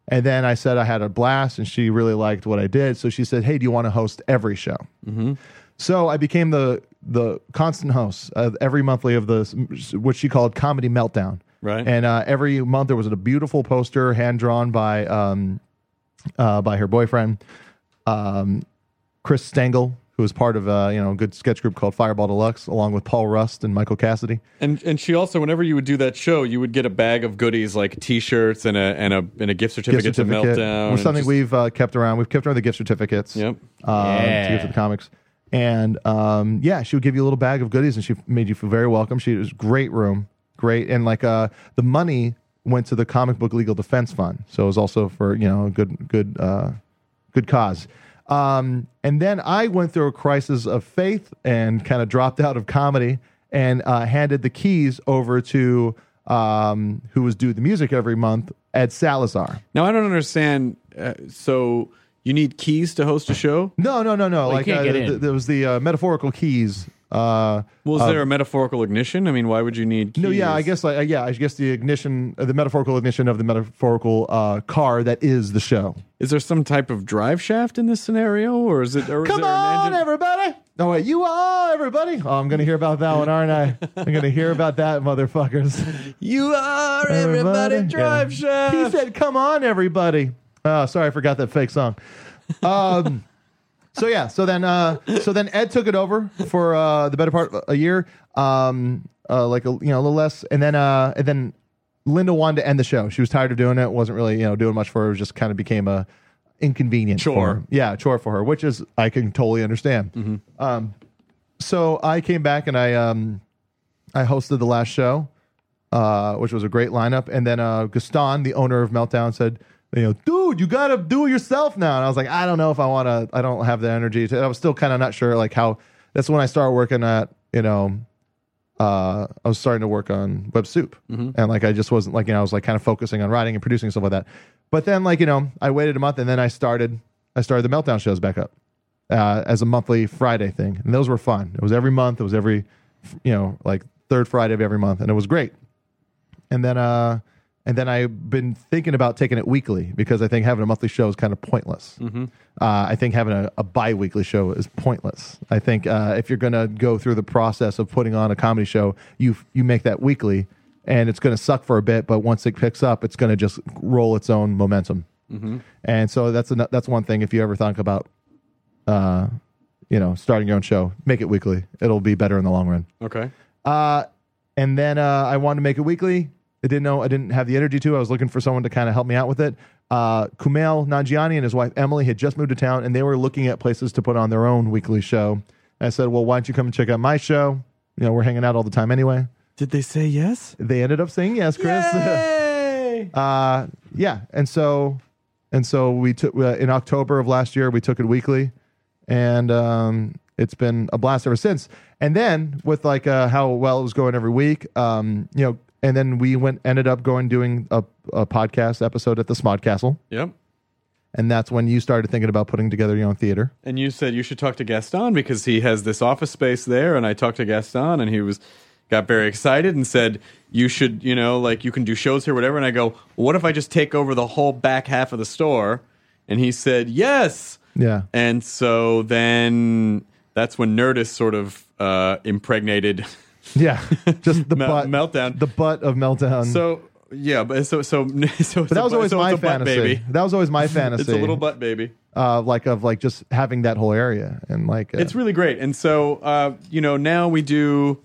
F: and then I said I had a blast, and she really liked what I did, so she said, "Hey, do you want to host every show?" So I became the the constant host of every monthly of the what she called comedy meltdown.
E: Right.
F: And uh, every month there was a beautiful poster hand drawn by um, uh, by her boyfriend, um, Chris Stengel, who was part of uh, you know a good sketch group called Fireball Deluxe, along with Paul Rust and Michael Cassidy.
E: And and she also, whenever you would do that show, you would get a bag of goodies like T-shirts and a and a and a gift certificate,
F: Gift certificate,
E: to Meltdown.
F: was
E: and
F: something
E: just-
F: we've uh, kept around. We've kept around the gift certificates.
E: Yep.
F: uh,
G: Yeah.
F: to give to the comics. And um, yeah, she would give you a little bag of goodies, and she made you feel very welcome. She it was a great room, great, and like uh, the money went to the comic book legal defense fund, so it was also for you know a good good uh, good cause. Um, and then I went through a crisis of faith and kind of dropped out of comedy and uh, handed the keys over to um, who was due the music every month, Ed Salazar.
E: Now I don't understand. Uh, so you need keys to host a show?
F: No, no, no, no.
G: you
F: like
G: can't
F: uh,
G: get
F: th-
G: in.
F: th- there was the uh, metaphorical keys. Uh,
E: Well, is
F: uh,
E: there a metaphorical ignition? I mean, why would you need? Keys?
F: No, yeah, I guess like uh, yeah, I guess the ignition, uh, the metaphorical ignition of the metaphorical uh, car that is the show.
E: Is there some type of drive shaft in this scenario, or is it? Or is
F: Come
E: there an
F: on,
E: engine?
F: everybody! No, wait, you all, everybody! Oh, I'm gonna hear about that one, aren't I? I'm gonna hear about that,
E: *laughs*
F: motherfuckers.
E: You are everybody, drive
F: Yeah.
E: shaft.
F: He said, "Come on, everybody!" Oh, sorry, I forgot that fake song. Um, *laughs* so yeah, so then uh, so then Ed took it over for uh, the better part of a year, um, uh, like a, you know a little less, and then uh, and then Linda wanted to end the show. She was tired of doing it. wasn't really you know doing much for her. It was just kind of became a inconvenient for
E: Chore.
F: her. Yeah, chore for her, which is I can totally understand. Um, so I came back and I um, I hosted the last show, uh, which was a great lineup. And then uh, Gaston, the owner of Meltdown, said, "You know, dude, you gotta do it yourself now." And I was like, "I don't know if I want to. I don't have the energy." To, I was still kind of not sure, like how. That's when I started working at you know, uh, I was starting to work on Web Soup, and like I just wasn't like you know I was like kind of focusing on writing and producing and stuff like that. But then like you know I waited a month and then I started I started the Meltdown shows back up uh, as a monthly Friday thing, and those were fun. It was every month. It was every, you know, like third Friday of every month, and it was great. And then, uh, and then I've been thinking about taking it weekly because I think having a monthly show is kind of pointless. Uh, I think having a, a bi-weekly show is pointless. I think uh, if you're going to go through the process of putting on a comedy show, you you make that weekly, and it's going to suck for a bit, but once it picks up, it's going to just roll its own momentum. And so that's an, that's one thing. If you ever think about uh, you know, starting your own show, make it weekly. It'll be better in the long run.
E: Okay.
F: Uh, and then uh, I wanted to make it weekly. I didn't know I didn't have the energy to. I was looking for someone to kind of help me out with it. Uh, Kumail Nanjiani and his wife Emily had just moved to town, and they were looking at places to put on their own weekly show. I said, "Well, why don't you come and check out my show? You know, we're hanging out all the time anyway."
E: Did they say yes?
F: They ended up saying yes, Chris. *laughs* uh, yeah, and so and so we took uh, in October of last year we took it weekly, and um, it's been a blast ever since. And then with like uh, how well it was going every week, um, you know, and then we went ended up going doing a, a podcast episode at the Smod Castle,
E: Yep.
F: and that's when you started thinking about putting together your own theater.
E: And you said you should talk to Gaston because he has this office space there. And I talked to Gaston, and he was got very excited and said, "You should, you know, like you can do shows here, whatever." And I go, "What if I just take over the whole back half of the store?" And he said, "Yes."
F: Yeah.
E: And so then that's when Nerdist sort of uh,
F: *laughs*
E: impregnated.
F: Yeah, just the
E: *laughs* Mel-
F: butt
E: Meltdown.
F: the butt of meltdown.
E: so yeah, but so so *laughs* so. It's
F: but that was always my fantasy.
E: baby.
F: That was always my fantasy.
E: *laughs* It's a little butt baby.
F: uh, like of like just having that whole area and like uh,
E: It's really great. And so, uh, you know, now we do.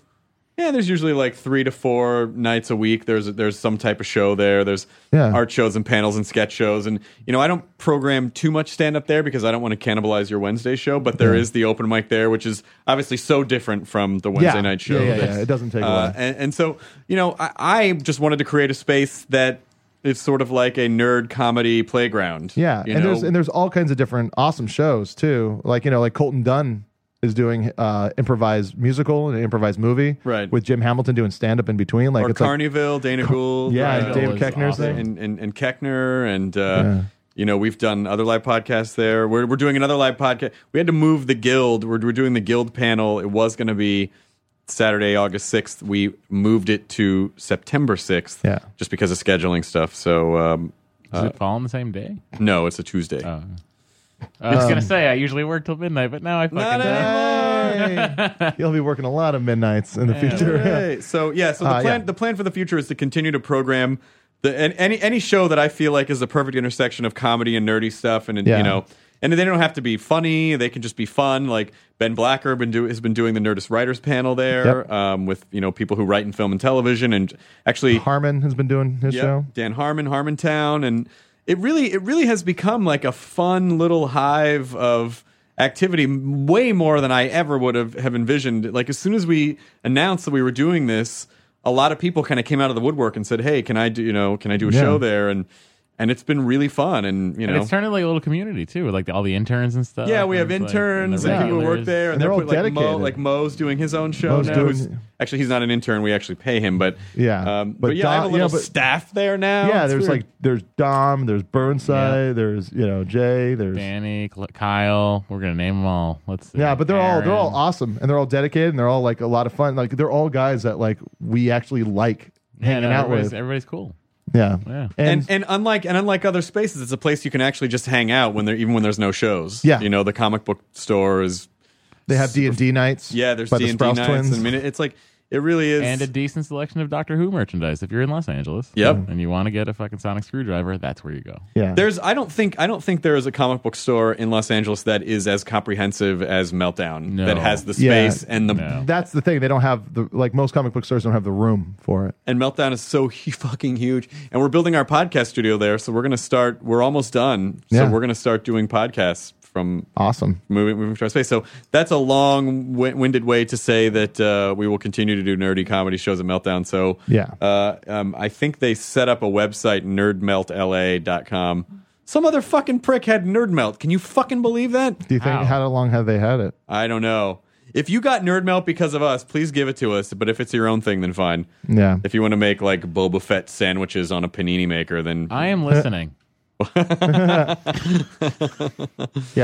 E: Yeah, there's usually like three to four nights a week. There's there's some type of show there. There's
F: Yeah.
E: art shows and panels and sketch shows, and you know I don't program too much stand up there because I don't want to cannibalize your Wednesday show. But there is the open mic there, which is obviously so different from the Wednesday
F: Yeah.
E: night show.
F: Yeah, yeah,
E: that's-
F: yeah. It doesn't take
E: uh,
F: away.
E: and, and so you know I, I just wanted to create a space that is sort of like a nerd comedy playground.
F: yeah,
E: you
F: and there's
E: know?
F: and there's all kinds of different awesome shows too. Like you know, like Colton Dunn is doing uh improvised musical and an improvised movie,
E: Right.
F: With Jim Hamilton doing stand up in between, like
E: or
F: it's like-
E: Carneyville, Dana Gould,
F: yeah,
E: uh,
F: and David
G: was
F: Keckner's
G: awesome.
F: thing.
E: and and, and Keckner and uh, you know we've done other live podcasts there. We're we're doing another live podcast. We had to move the guild. We're we're doing the guild panel. It was going to be Saturday, August sixth. We moved it to September sixth.
F: Yeah.
E: just because of scheduling stuff. So um,
G: Does it fall on the same day?
E: no, it's a Tuesday.
G: I was gonna say I usually work till midnight, but now I fucking
E: um, Not
G: don't.
F: Hey! He'll be working a lot of midnights in the future.
E: Hey, so yeah, so the
F: Uh,
E: plan
F: yeah.
E: the plan for the future is to continue to program the and any any show that I feel like is the perfect intersection of comedy and nerdy stuff, and, and,
F: Yeah.
E: you know, and they don't have to be funny. They can just be fun. Like Ben Blacker been do, has been doing the Nerdist Writers panel there
F: Yep.
E: um, with you know people who write in film and television, and actually
F: Harmon has been doing his
E: yeah,
F: show.
E: Dan Harmon, Harmontown, and it really it really has become like a fun little hive of activity m- way more than I ever would have, have envisioned. Like as soon as we announced that we were doing this, a lot of people kind of came out of the woodwork and said, "Hey, can I do, you know, can I do a
F: Yeah.
E: show there?" and and it's been really fun and you know
G: And it's turned into like a little community too, with like all the interns and stuff.
E: yeah, we have
G: and it's, like, and
E: interns
G: the
E: and people who work
G: regulars.
E: there, and,
F: And they're all
E: put, like, Mo,
F: dedicated.
E: like Mo's doing his own show
F: Mo's
E: now.
F: doing-
E: who's- actually, he's not an intern; we actually pay him, but
F: Yeah,
E: um, but,
F: but
E: yeah, I have a
F: Don-
E: little
F: yeah, but-
E: staff there now.
F: yeah,
E: It's
F: there's
E: weird.
F: like there's Dom, there's Burnside, there's you know Jay, there's
G: Danny, Cl- Kyle. We're gonna name them all. Let's. see.
F: yeah, but they're all they're all
G: Aaron.
F: awesome and they're all dedicated and they're all like a lot of fun. Like they're all guys that like we actually like
G: Yeah,
F: hanging
G: no,
F: out
G: everybody's,
F: with.
G: everybody's cool.
F: Yeah,
G: Yeah.
E: and, and unlike and unlike other spaces, it's a place you can actually just hang out when there even when there's no shows.
F: Yeah.
E: you know, the comic book store is
F: They have D and D nights.
E: yeah. There's
F: by
E: D
F: the
E: and D
F: Sprouse
E: nights.
F: twins.
E: I mean, it- it's like it really is.
G: And a decent selection of Doctor Who merchandise if you're in Los Angeles.
E: Yep.
G: And you want to get a fucking sonic screwdriver, that's where you go.
F: yeah,
E: there's I don't think I don't think there is a comic book store in Los Angeles that is as comprehensive as Meltdown
G: No.
E: that has the
F: Yeah.
E: space and the
G: No.
F: that's the thing. They don't have the like most comic book stores don't have the room for it.
E: and meltdown is so *laughs* hu- fucking huge and we're building our podcast studio there so we're going to start we're almost done so
F: Yeah.
E: we're going to start doing podcasts from
F: Awesome.
E: moving moving to our space so that's a long wi- winded way to say that uh, we will continue to do nerdy comedy shows at meltdown so
F: Yeah.
E: uh, um, i think they set up a website nerdmeltla.com some other fucking prick had nerdmelt can you fucking believe that
F: Do you think
G: How?
F: how long have they had it?
E: i don't know if you got nerdmelt because of us please give it to us but if it's your own thing then fine
F: Yeah,
E: if you want to make like Boba Fett sandwiches on a panini maker, then
G: I am listening.
F: yeah,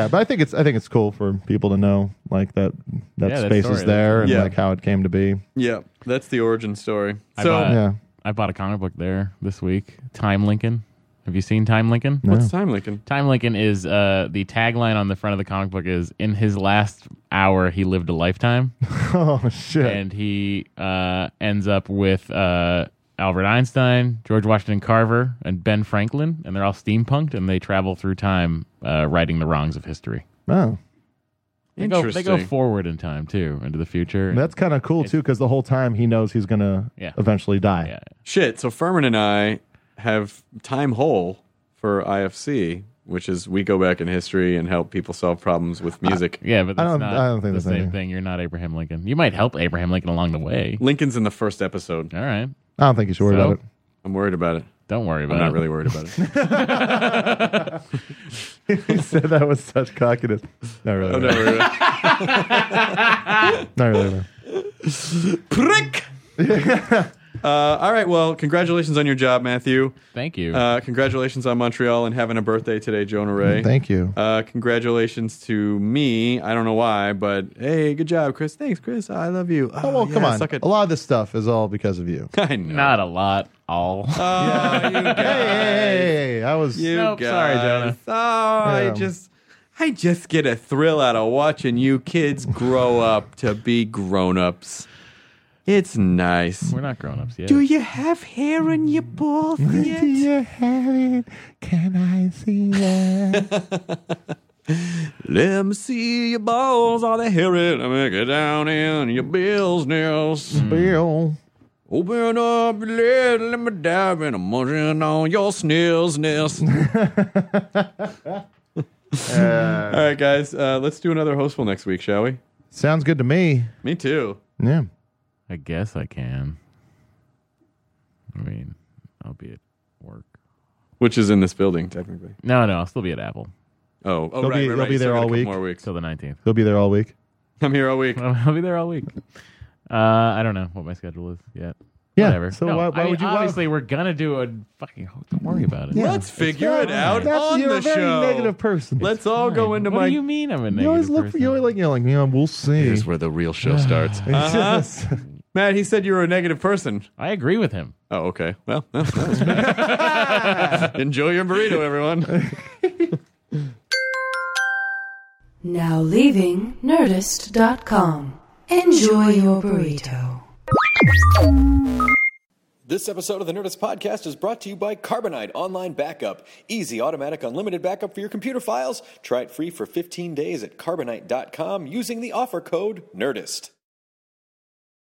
F: but I think it's I think it's cool for people to know like that that
G: Yeah, that
F: space is
G: story.
F: there and
E: Yeah.
F: like how it came to be.
E: yeah, that's the origin story.
G: I
E: So
G: bought-
F: Yeah.
G: I bought a comic book there this week. Time Lincoln. Have you seen Time Lincoln?
E: what's time Lincoln?
G: Time Lincoln is uh, the tagline on the front of the comic book is in his last hour he lived a lifetime,
F: *laughs* Oh shit.
G: and he uh, ends up with uh, Albert Einstein, George Washington Carver, and Ben Franklin, and they're all steampunked, and they travel through time, uh, righting the wrongs of history.
F: oh.
G: They go, they go
E: Interesting.
G: forward in time too, into the future.
F: That's kind of cool too, because the whole time he knows he's gonna
G: Yeah.
F: eventually die.
G: yeah,
E: Shit. So Furman and I have time hole for IFC, which is we go back in history and help people solve problems with
F: Uh,
E: music.
G: yeah, but
F: I
G: that's
F: don't-
G: not
F: I don't think
G: the
F: that's
G: same
F: anything.
G: thing. You're not Abraham Lincoln. You might help Abraham Lincoln along the way.
E: Lincoln's in the first episode.
G: All right,
F: I don't think you should worry
G: So?
F: about it.
E: I'm worried about it.
G: don't worry
E: I'm
G: about it.
E: not really worried about
F: *laughs*
E: it.
F: he said that with such cockiness. Not really.
E: I'm not worried about it.
F: Not really. no.
E: Prick.
F: *laughs*
E: Uh, all right. Well, congratulations on your job, Matthew.
G: Thank you.
E: Uh, congratulations on Montreal and having a birthday today, Jonah Ray.
F: Thank you.
E: Uh, congratulations to me. I don't know why, but hey, good job, Chris. Thanks, Chris. I love you.
F: oh well, come
E: yeah,
F: on.
E: Suck it.
F: A lot of this stuff is all because of you.
E: *laughs* I know.
G: not a lot.
E: *laughs*
G: All.
E: Oh, you guys.
F: hey, hey, hey, I was.
E: You
G: Nope,
E: guys.
G: sorry, Jonah.
E: Oh, I
F: Yeah.
E: just, I just get a thrill out of watching you kids grow up to be grown-ups. It's nice.
G: *laughs* We're not grown ups yet.
E: Do you have hair in your balls yet?
F: you have it? Can I see it?
E: Let me see your balls. Are they hairy? Let me get down in your business.
F: Bill.
E: Open up your lid, let me dive in emotion on your snails
F: *laughs*
E: nest. All right, guys, uh, let's do another hostful next week, shall we?
F: Sounds good to me.
E: Me too.
F: Yeah.
G: I guess I can. I mean, I'll be at work.
E: Which is in this building, technically.
G: No, no, I'll still be at Apple
E: Oh, oh
F: They'll
E: right,
F: be-
E: right,
F: they'll
E: right.
F: be
E: You still
F: there
E: got a
F: all
E: couple
F: week.
E: More weeks.
G: till the 19th.
F: He'll be there all week.
E: I'm here all week.
G: *laughs* I'll be there all week. Uh, I don't know what my schedule is yet.
F: Yeah,
G: Whatever.
F: so
G: No,
F: why-
G: I
F: why
G: mean,
F: would you- why-
G: Obviously, we're gonna do a fucking. Don't worry about it.
F: Yeah.
E: Let's figure it
F: That's-
E: out
F: that's-
E: on
F: you're
E: the
F: a very
E: show.
F: negative person.
E: Let's all go into
G: what
E: my.
G: do you mean? I'm a negative
F: you always look for,
G: person?
F: you always like, you're like, yeah, we'll see.
E: Here's where the real show starts. uh-huh.
F: Yes.
E: Matt, he said you were a negative person.
G: I agree with him.
E: Oh, okay. Well, that that was bad. enjoy your burrito, everyone.
D: Now leaving Nerdist.com. Enjoy your burrito.
C: This episode of the Nerdist Podcast is brought to you by Carbonite Online Backup. Easy, automatic, unlimited backup for your computer files. Try it free for 15 days at carbonite.com using the offer code NERDIST.